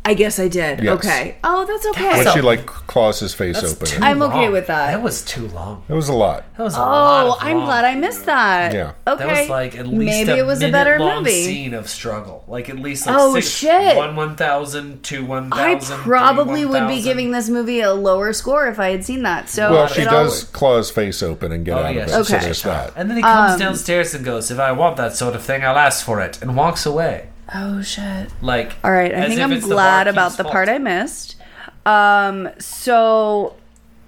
S3: I guess I did.
S1: Yes.
S3: Okay. Oh, that's okay.
S1: when
S2: So-
S1: she like claws his face open.
S3: I'm okay with that.
S2: That was too long.
S1: it was a lot.
S2: That was a lot.
S3: oh,
S2: of
S3: I'm
S2: long.
S3: glad I missed that.
S1: Yeah.
S3: Okay.
S2: That was like at least
S3: maybe
S2: a
S3: it was a
S2: minute
S3: better
S2: long
S3: movie.
S2: scene of struggle. Like at least like
S3: Oh,
S2: six-
S3: shit.
S2: one one thousand, two one
S3: I
S2: thousand.
S3: probably would be giving this movie a lower score if I had seen that. So
S1: Well,
S3: it
S1: she
S3: all-
S1: does claw his face open and get
S2: Oh,
S1: out
S2: yeah,
S1: of it.
S2: she
S1: So
S3: said
S1: there's that.
S2: And then he comes
S3: Um,
S2: downstairs and goes, "If I want that sort of thing, I'll ask for it," and walks away.
S3: Oh shit.
S2: Like,
S3: All right. I
S2: as
S3: think
S2: if
S3: I'm
S2: it's the
S3: glad
S2: barkeep's
S3: about the
S2: fault.
S3: part I missed. Um. So.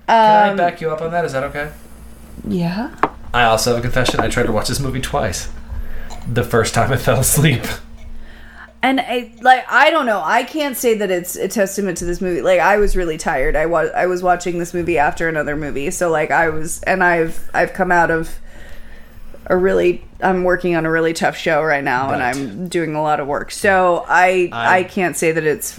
S2: Can I
S3: Um,
S2: back you up on that? Is that okay?
S3: yeah.
S2: I also have a confession. I tried to watch this movie twice. The first time I [LAUGHS] fell asleep.
S3: And I like I don't know. I can't say that it's a testament to this movie. Like I was really tired. I was I was watching this movie after another movie, so like I was and I've I've come out of a really I'm working on a really tough show right now and
S2: Right.
S3: I'm doing a lot of work. So I I,
S2: I-
S3: can't say that it's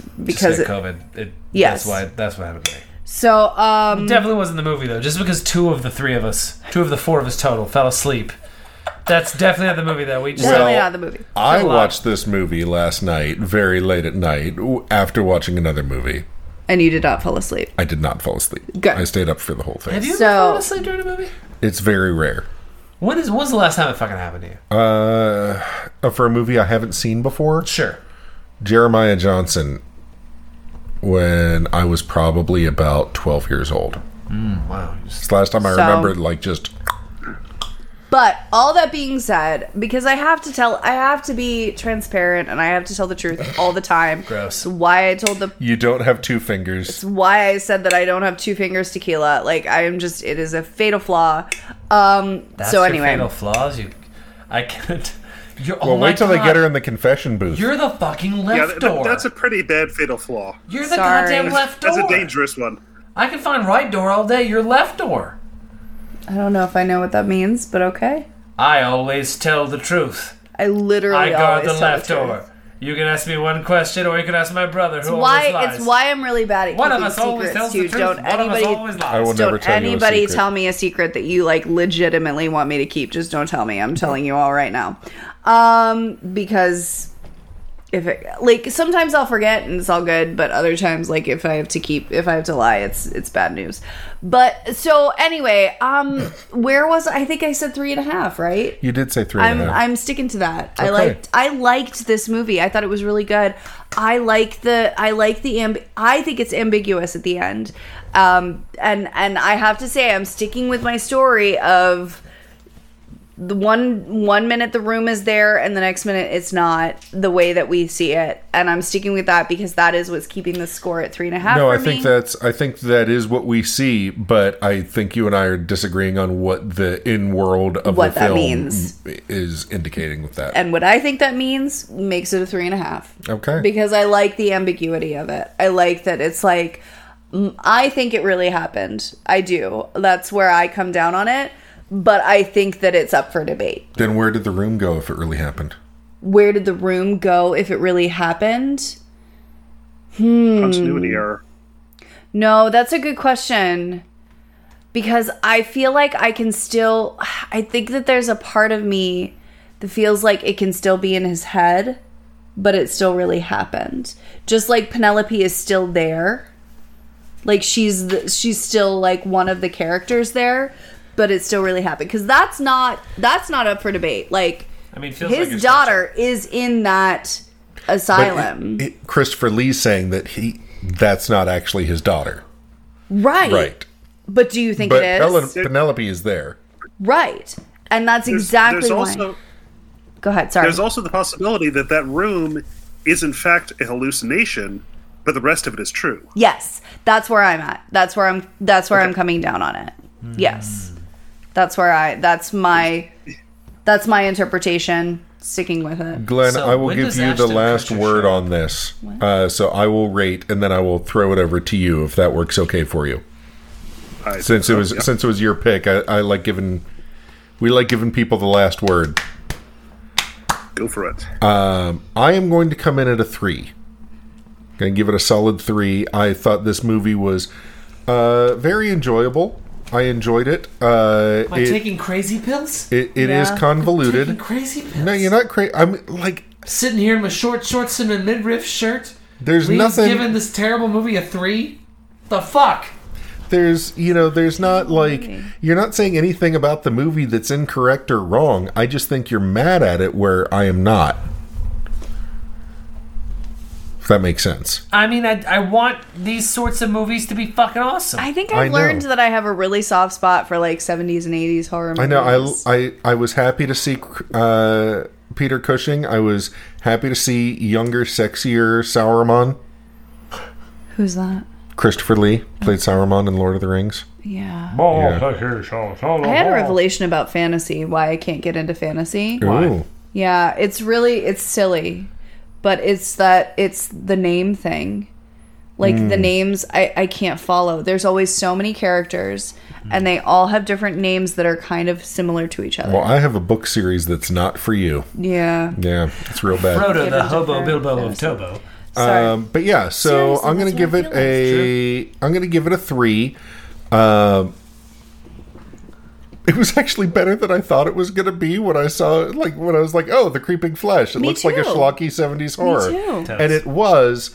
S2: Because
S3: because it,
S2: COVID. It,
S3: Yes.
S2: That's why. That's what happened. To me.
S3: so um
S2: Definitely wasn't the movie though. Just because two of the three of us, two of the four of us total, fell asleep. That's definitely not the movie though. We just
S3: definitely
S1: Well,
S3: not the movie.
S1: I
S2: lot.
S1: watched this movie last night, very late at night, w- after watching another movie.
S3: And you did not fall asleep.
S1: I did not fall asleep.
S3: Good.
S1: I stayed up for the whole
S2: have
S1: thing.
S2: you
S3: So-
S2: ever fallen asleep during a movie?
S1: It's very rare.
S2: When is when's the last time it fucking happened to you?
S1: Uh, for a movie I haven't seen before,
S2: Sure.
S1: Jeremiah Johnson, when I was probably about 12 years old.
S2: Wow. you just-
S1: It's the last time I
S3: So-
S1: remembered, like, just
S3: But all that being said, because I have to tell I have to be transparent and I have to tell the
S2: [SIGHS]
S3: truth all the time.
S2: Gross.
S3: Why I told the
S1: you don't have two fingers.
S3: why I said that I don't have two fingers tequila. Like I am just it is a fatal flaw. Um
S2: That's
S3: so
S2: your
S3: anyway.
S2: fatal flaws. You, I can't. [LAUGHS] You're, oh
S1: Well,
S2: my
S1: wait till they
S2: God.
S1: get her in the confession booth.
S2: You're the fucking left
S4: Yeah, that-
S2: door.
S4: that's a pretty bad fatal flaw.
S2: You're the
S3: Sorry.
S2: goddamn left door.
S4: That's a dangerous one.
S2: I can find right door all day. Your left door.
S3: I don't know if I know what that means, but okay.
S2: I always tell the truth.
S3: I literally
S2: I guard
S3: always
S2: the
S3: tell
S2: left
S3: truth.
S2: door. You can ask me one question, or you can ask my brother, who always
S3: Why
S2: lies.
S3: it's why I'm really bad at
S2: one of
S3: keeping
S2: us always tells
S3: secrets
S2: the
S3: too.
S2: truth.
S3: Don't
S2: one
S3: anybody
S2: of us always lies.
S1: I will never
S3: don't
S1: tell you a
S3: anybody
S1: secret.
S3: tell me a secret that you like legitimately want me to keep. Just don't tell me. I'm telling you all right now. Um because if it like sometimes I'll forget and it's all good, but other times like if I have to keep if I have to lie, it's it's bad news. But so anyway, um, where was I? I think I said three and a half, right?
S1: You did say three
S3: I'm
S1: and a half.
S3: I'm sticking to that. I
S1: Okay.
S3: liked I liked this movie. I thought it was really good. I like the I like the amb- I think it's ambiguous at the end. Um and and I have to say I'm sticking with my story of the one one minute the room is there and the next minute it's not the way that we see it. And I'm sticking with that because that is what's keeping the score at three and a half.
S1: no, I
S3: for
S1: think
S3: me.
S1: that's I think that is what we see, but I think you and I are disagreeing on what the in world of
S3: What
S1: the
S3: that
S1: film
S3: means.
S1: is indicating with that.
S3: and what I think that means makes it a three and a half.
S1: Okay.
S3: Because I like the ambiguity of it. I like that it's like, mm, I think it really happened. I do. That's where I come down on it. But I think that it's up for debate.
S1: then where did the room go if it really happened?
S3: Where did the room go if it really happened?
S4: Continuity error.
S3: No, that's a good question. Because I feel like I can still, I think that there's a part of me that feels like it can still be in his head, but it still really happened. Just like Penelope is still there. Like she's the, she's still like one of the characters there, but it still really happened because that's not that's not up for debate. Like
S2: I mean, it feels like
S3: his
S2: it's-
S3: daughter is in that
S1: But
S3: asylum,
S1: it- it- Christopher Lee saying that he that's not actually his daughter.
S3: right?
S1: Right.
S3: But do you think
S1: But
S3: it is
S1: Ellen, Penelope is there.
S3: Right. And that's
S4: There's-
S3: exactly
S4: there's
S3: why.
S4: also
S3: Go ahead. Sorry.
S4: there's also the possibility that that room is in fact a hallucination, but the rest of it is true.
S3: yes, that's where I'm at. That's where I'm. That's where I'm coming down on it.
S1: Hmm.
S3: Yes, that's where I. That's my. That's my interpretation. Sticking with it.
S1: Glenn,
S2: So
S1: I will
S2: when
S1: give
S2: does
S1: you the
S2: Ashton
S1: last
S2: Kutcher
S1: word
S2: show
S1: on this. Uh, so I will rate, and then I will throw it over to you if that works okay for you.
S4: I-
S1: Since it was since it was your pick, I, I like giving we like giving people the last word.
S4: go for it.
S1: Uh, I am going to come in at a three. Going to give it a solid three. I thought this movie was uh, very enjoyable. I enjoyed it. Uh,
S2: Am I
S1: it,
S2: taking crazy pills?
S1: it, it is
S2: [LAUGHS]
S3: Yeah.
S2: Taking
S1: convoluted.
S2: crazy pills.
S1: No, you're not crazy. I'm like,
S2: sitting here in my short shorts and a midriff shirt.
S1: there's
S2: Lee's
S1: nothing.
S2: giving this terrible movie a three. The fuck?
S1: there's you know there's not like you're not saying anything about the movie that's incorrect or wrong i just think you're mad at it where i am not if that makes sense
S2: I mean, I, I want these sorts of movies to be fucking awesome.
S3: I think
S1: I
S3: I,
S1: know.
S3: learned that I have a really soft spot for like 70s and 80s horror.
S1: i know
S3: movies.
S1: i i, I was happy to see uh, peter cushing i was happy to see younger sexier sauron
S3: Who's that?
S1: christopher lee played sauron in lord of the rings
S3: Yeah.
S1: yeah.
S3: I had a revelation about fantasy. Why I can't get into fantasy.
S1: Ooh.
S3: Yeah, it's really it's silly, but it's that it's the name thing. Like the
S4: Hmm.
S3: names I I can't follow. There's always so many characters and they all have different names that are kind of similar to each other.
S1: well i have a book series that's not for you
S3: yeah.
S1: yeah it's real bad
S2: Frodo, the
S3: Given
S2: hobo
S3: different
S2: Bilbo of
S3: fantasy.
S2: Tobo.
S3: Sorry.
S1: Um, but yeah, so
S3: Seriously,
S1: I'm gonna
S3: that's what
S1: give
S3: I
S1: it
S3: feel like.
S1: a. am gonna give it a three. Um, it was actually better than I thought it was gonna be when I saw like when I was like, oh, the creeping flesh. It
S3: Me
S1: looks like a
S3: too.
S1: schlocky '70s horror,
S3: too.
S1: and it was.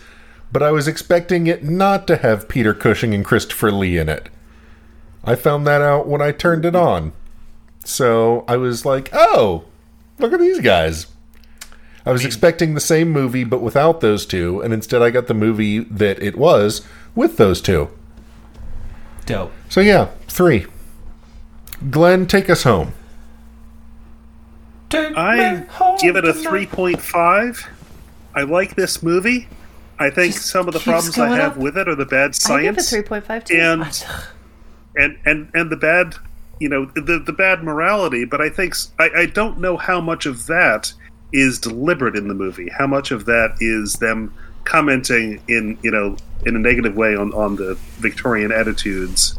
S1: But I was expecting it not to have Peter Cushing and Christopher Lee in it. I found that out when I turned it on. So I was like, oh, look at these guys. I was expecting the same movie but without those two, and instead I got the movie that it was with those two.
S2: Dope.
S1: So yeah, three. Glenn, take us home.
S2: Take me
S4: I
S2: home
S4: give it a
S2: tonight.
S4: 3.5. I like this movie. I think
S2: Just
S4: some of the
S2: keeps
S4: problems I
S2: going
S4: have
S2: up.
S4: with it are the bad
S3: I give it
S4: science
S3: 3.5 too.
S4: and and and and the bad, you know, the the bad morality. But I think s- I, I don't know how much of that is deliberate in the movie. How much of that is them commenting in you know in a negative way on on the Victorian attitudes,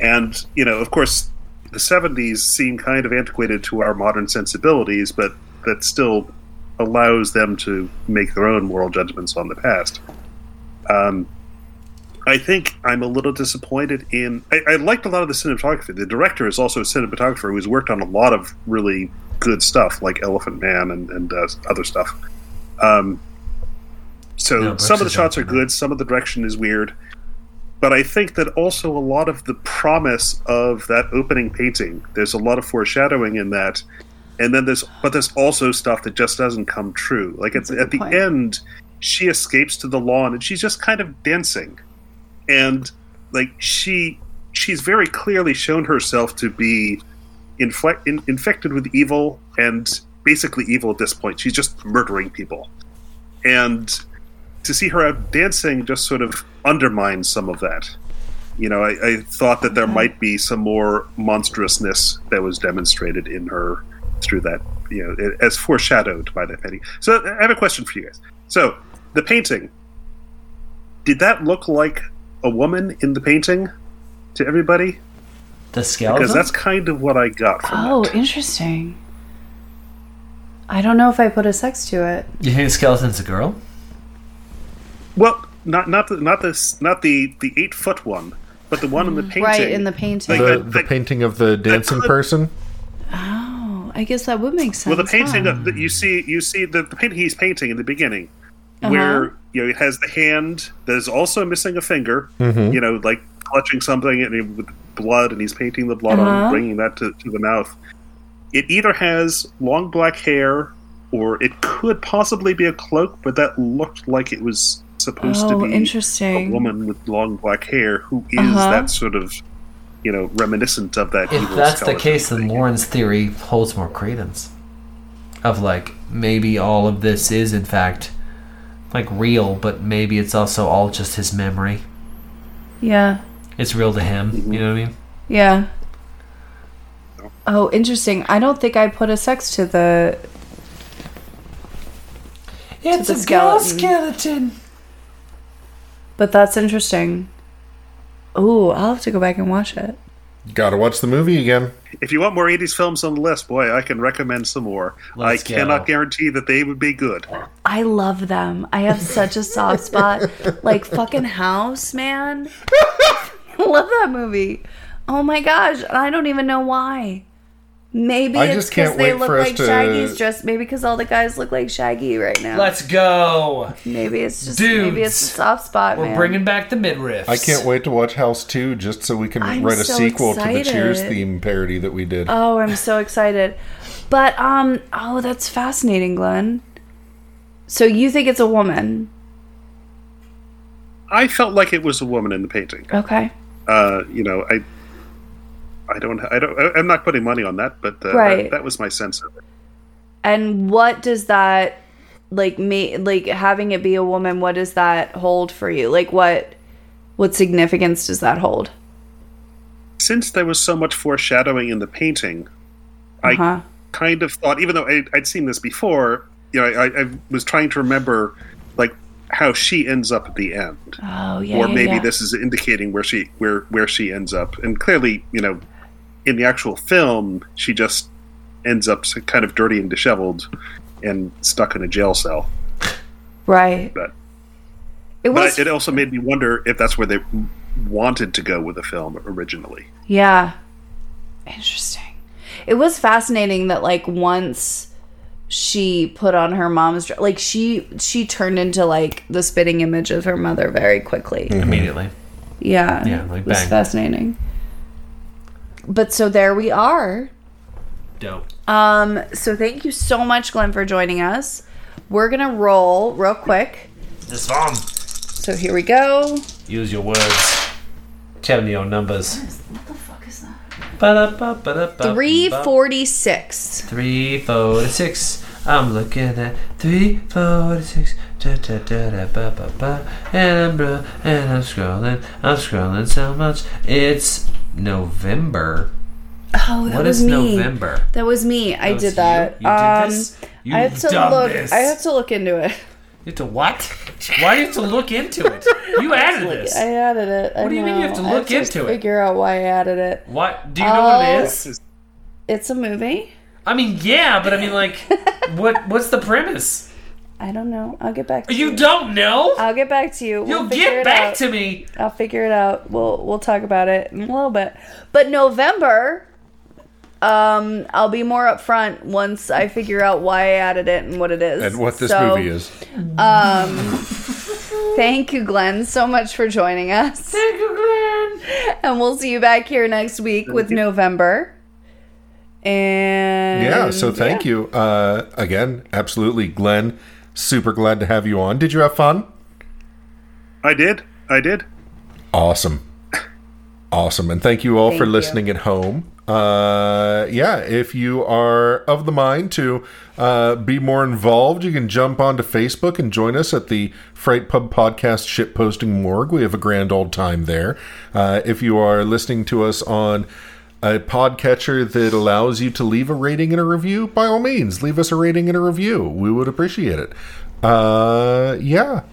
S4: and you know, of course, the seventies seem kind of antiquated to our modern sensibilities, but that still allows them to make their own moral judgments on the past. Um, I think I'm a little disappointed in. I, I liked a lot of the cinematography. The director is also a cinematographer who's worked on a lot of really good stuff, like Elephant Man and, and uh, other stuff. Um, so
S2: No,
S4: some of the
S2: Brooks is
S4: shots are
S2: open, right?
S4: good, some of the direction is weird, but I think that also a lot of the promise of that opening painting. There's a lot of foreshadowing in that, and then there's but there's also stuff that just doesn't come true. Like at,
S3: a good
S4: at the
S3: point.
S4: end, she escapes to the lawn and she's just kind of dancing, and like she she's very clearly shown herself to be infle- in, infected with evil and basically evil at this point. She's just murdering people. And to see her out dancing just sort of undermines some of that. You know, I, I thought that there might be some more monstrousness that was demonstrated in her through that, you know, it- as foreshadowed by that painting. So I have a question for you guys. So the painting, did that look like a woman in the painting to everybody?
S2: The skeleton.
S4: Because that's kind of what I got from
S3: Oh,
S4: that.
S3: interesting. I don't know if I put a sex to it.
S2: You think the skeleton's a girl?
S4: Well, not not the, not this not the the eight foot one, but the one in the painting.
S3: Right in the painting.
S4: Like
S1: The,
S4: that-
S1: the
S4: that-
S1: painting of the dancing
S4: could-
S1: person.
S3: Oh, I guess that would make sense.
S4: Well, the painting
S3: huh?
S4: that that you see, you see the, the painting he's painting in the beginning,
S3: Uh-huh.
S4: where you know it has the hand that is also missing a finger. You know, like clutching something and he- with blood, and he's painting the blood
S3: Uh-huh.
S4: on, bringing that to, to the mouth. It either has long black hair, or it could possibly be a cloak, but that looked like it was supposed
S3: Oh,
S4: to be
S3: interesting.
S4: a woman with long black hair who is
S3: Uh-huh.
S4: that sort of, you know, reminiscent of that.
S2: If
S4: evil
S2: that's the
S4: skeleton
S2: case, then
S4: thing.
S2: Lauren's theory holds more credence. Of like maybe all of this is in fact like real, but maybe it's also all just his memory.
S3: Yeah.
S2: It's real to him.
S1: Mm-hmm.
S2: You know what I mean?
S3: Yeah. Oh, interesting. I don't think I put a sex to the.
S2: It's
S3: the a girl skeleton.
S2: skeleton.
S3: But that's interesting. Ooh, I'll have to go back and watch it.
S1: Gotta watch the movie again.
S4: if you want more 80s films on the list, boy, I can recommend some more.
S2: Let's
S4: I
S2: go.
S4: cannot guarantee that they would be good.
S3: I love them. I have such
S1: [LAUGHS]
S3: a soft spot. Like fucking House, man. [LAUGHS] I love that movie. Oh my gosh, and I don't even know why. Maybe
S1: I
S3: it's
S1: just can't
S3: because they
S1: wait
S3: look
S1: for us
S3: like
S1: to-
S3: Shaggy's dressed. Maybe because all the guys look like Shaggy right now.
S2: Let's go.
S3: maybe it's just maybe
S2: Dudes,
S3: it's a soft spot.
S2: We're
S3: man.
S2: bringing back the midriffs.
S1: I can't wait to watch House 2 just so we can
S3: I'm
S1: write a
S3: so
S1: sequel to the Cheers
S3: excited.
S1: theme parody that we did.
S3: Oh, I'm so excited. But um, oh, that's fascinating, Glenn. So you think it's a woman?
S4: I felt like it was a woman in the painting.
S3: Okay.
S4: Uh, you know, I I don't I don't I- I'm not putting money on that, but uh,
S3: Right.
S4: that, that was my sense of it.
S3: And what does that like me like having it be a woman? What does that hold for you? Like what what significance does that hold?
S4: Since there was so much foreshadowing in the painting, I
S3: Huh?
S4: kind of thought, even though I, I'd seen this before, you know, I, I was trying to remember like how she ends up at the end,
S3: Oh yeah. yeah,
S4: or maybe
S3: yeah.
S4: this is indicating where she where where she ends up. And clearly, you know, in the actual film, she just ends up so- kind of dirty and disheveled and stuck in a jail cell.
S3: right.
S4: But
S3: It
S4: but
S3: was
S4: it also made me wonder if that's where they wanted to go with the film originally.
S3: Yeah. Interesting. It was fascinating that like once she put on her mom's dress, like she she turned into like the spitting image of her mother very quickly.
S2: Hmm. Immediately.
S3: Yeah.
S2: Yeah, like
S3: it was
S2: bang.
S3: fascinating. But so there we are.
S2: Dope.
S3: Um so thank you so much Glenn for joining us. We're going to roll real quick.
S2: This one.
S3: So here we go.
S2: Use your words. Tell me your numbers.
S3: What the fuck is that?
S2: Ba-da-ba-ba-da-ba-
S3: 346.
S2: Three, four, to six. I'm looking at three, four, to six. Da, da, da, da, ba, ba, ba. And I'm bro, and I'm scrolling. I'm scrolling so much. It's November.
S3: Oh, that
S2: What
S3: was
S2: is
S3: me.
S2: November?
S3: That was me. I
S2: was
S3: did
S2: you?
S3: that.
S2: You did
S3: um,
S2: this? You
S3: I have to
S2: done
S3: look.
S2: this.
S3: I have to look into it.
S2: You have to what? Why do you have to look into it?
S3: [LAUGHS]
S2: You added
S3: Look,
S2: this.
S3: I added it. What
S2: do you mean you have to look into it?
S3: Figure out why I added it.
S2: What? Do you know what
S3: Oh.
S2: it is?
S3: It's a movie.
S2: I mean, yeah, but I mean,
S3: [LAUGHS]
S2: like, what? What's the premise?
S3: I don't know. I'll get back. to
S2: You don't know.
S3: I'll get back to you. We'll
S2: You'll
S3: figure
S2: get
S3: it
S2: back
S3: out.
S2: to me.
S3: I'll figure it out. We'll we'll talk about it in a little bit. But November Um, I'll be more upfront once I figure out why I added it and what it is.
S1: and what this
S3: So,
S1: movie is.
S3: Thank you, Glenn, so much for joining us. Thank you, Glenn. And we'll see you back here next week with November. And
S1: Yeah, so thank you. Uh, again, absolutely, Glenn. Super glad to have you on. Did you have fun?
S4: I did. I did.
S1: Awesome. Awesome. And thank you all for
S3: Thank you.
S1: listening at home. Uh, yeah, if you are of the mind to uh, be more involved, you can jump onto Facebook and join us at the Fright Pub Podcast Shitposting Morgue. We have a grand old time there. Uh, if you are listening to us on a podcatcher that allows you to leave a rating and a review, by all means, leave us a rating and a review. We would appreciate it. Uh, yeah.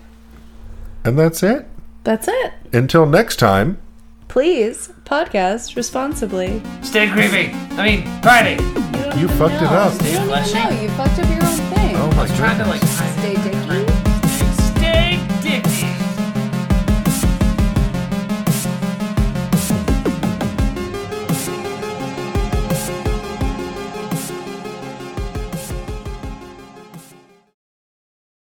S1: And that's it.
S3: That's it.
S1: Until next time.
S3: Please podcast responsibly.
S2: Stay creepy. I mean, Friday.
S1: You fucked it up.
S2: Stay
S3: No, no,
S2: fleshy.
S3: no, you fucked up your own thing.
S1: Oh my
S2: Trying to like.
S3: Stay dicky.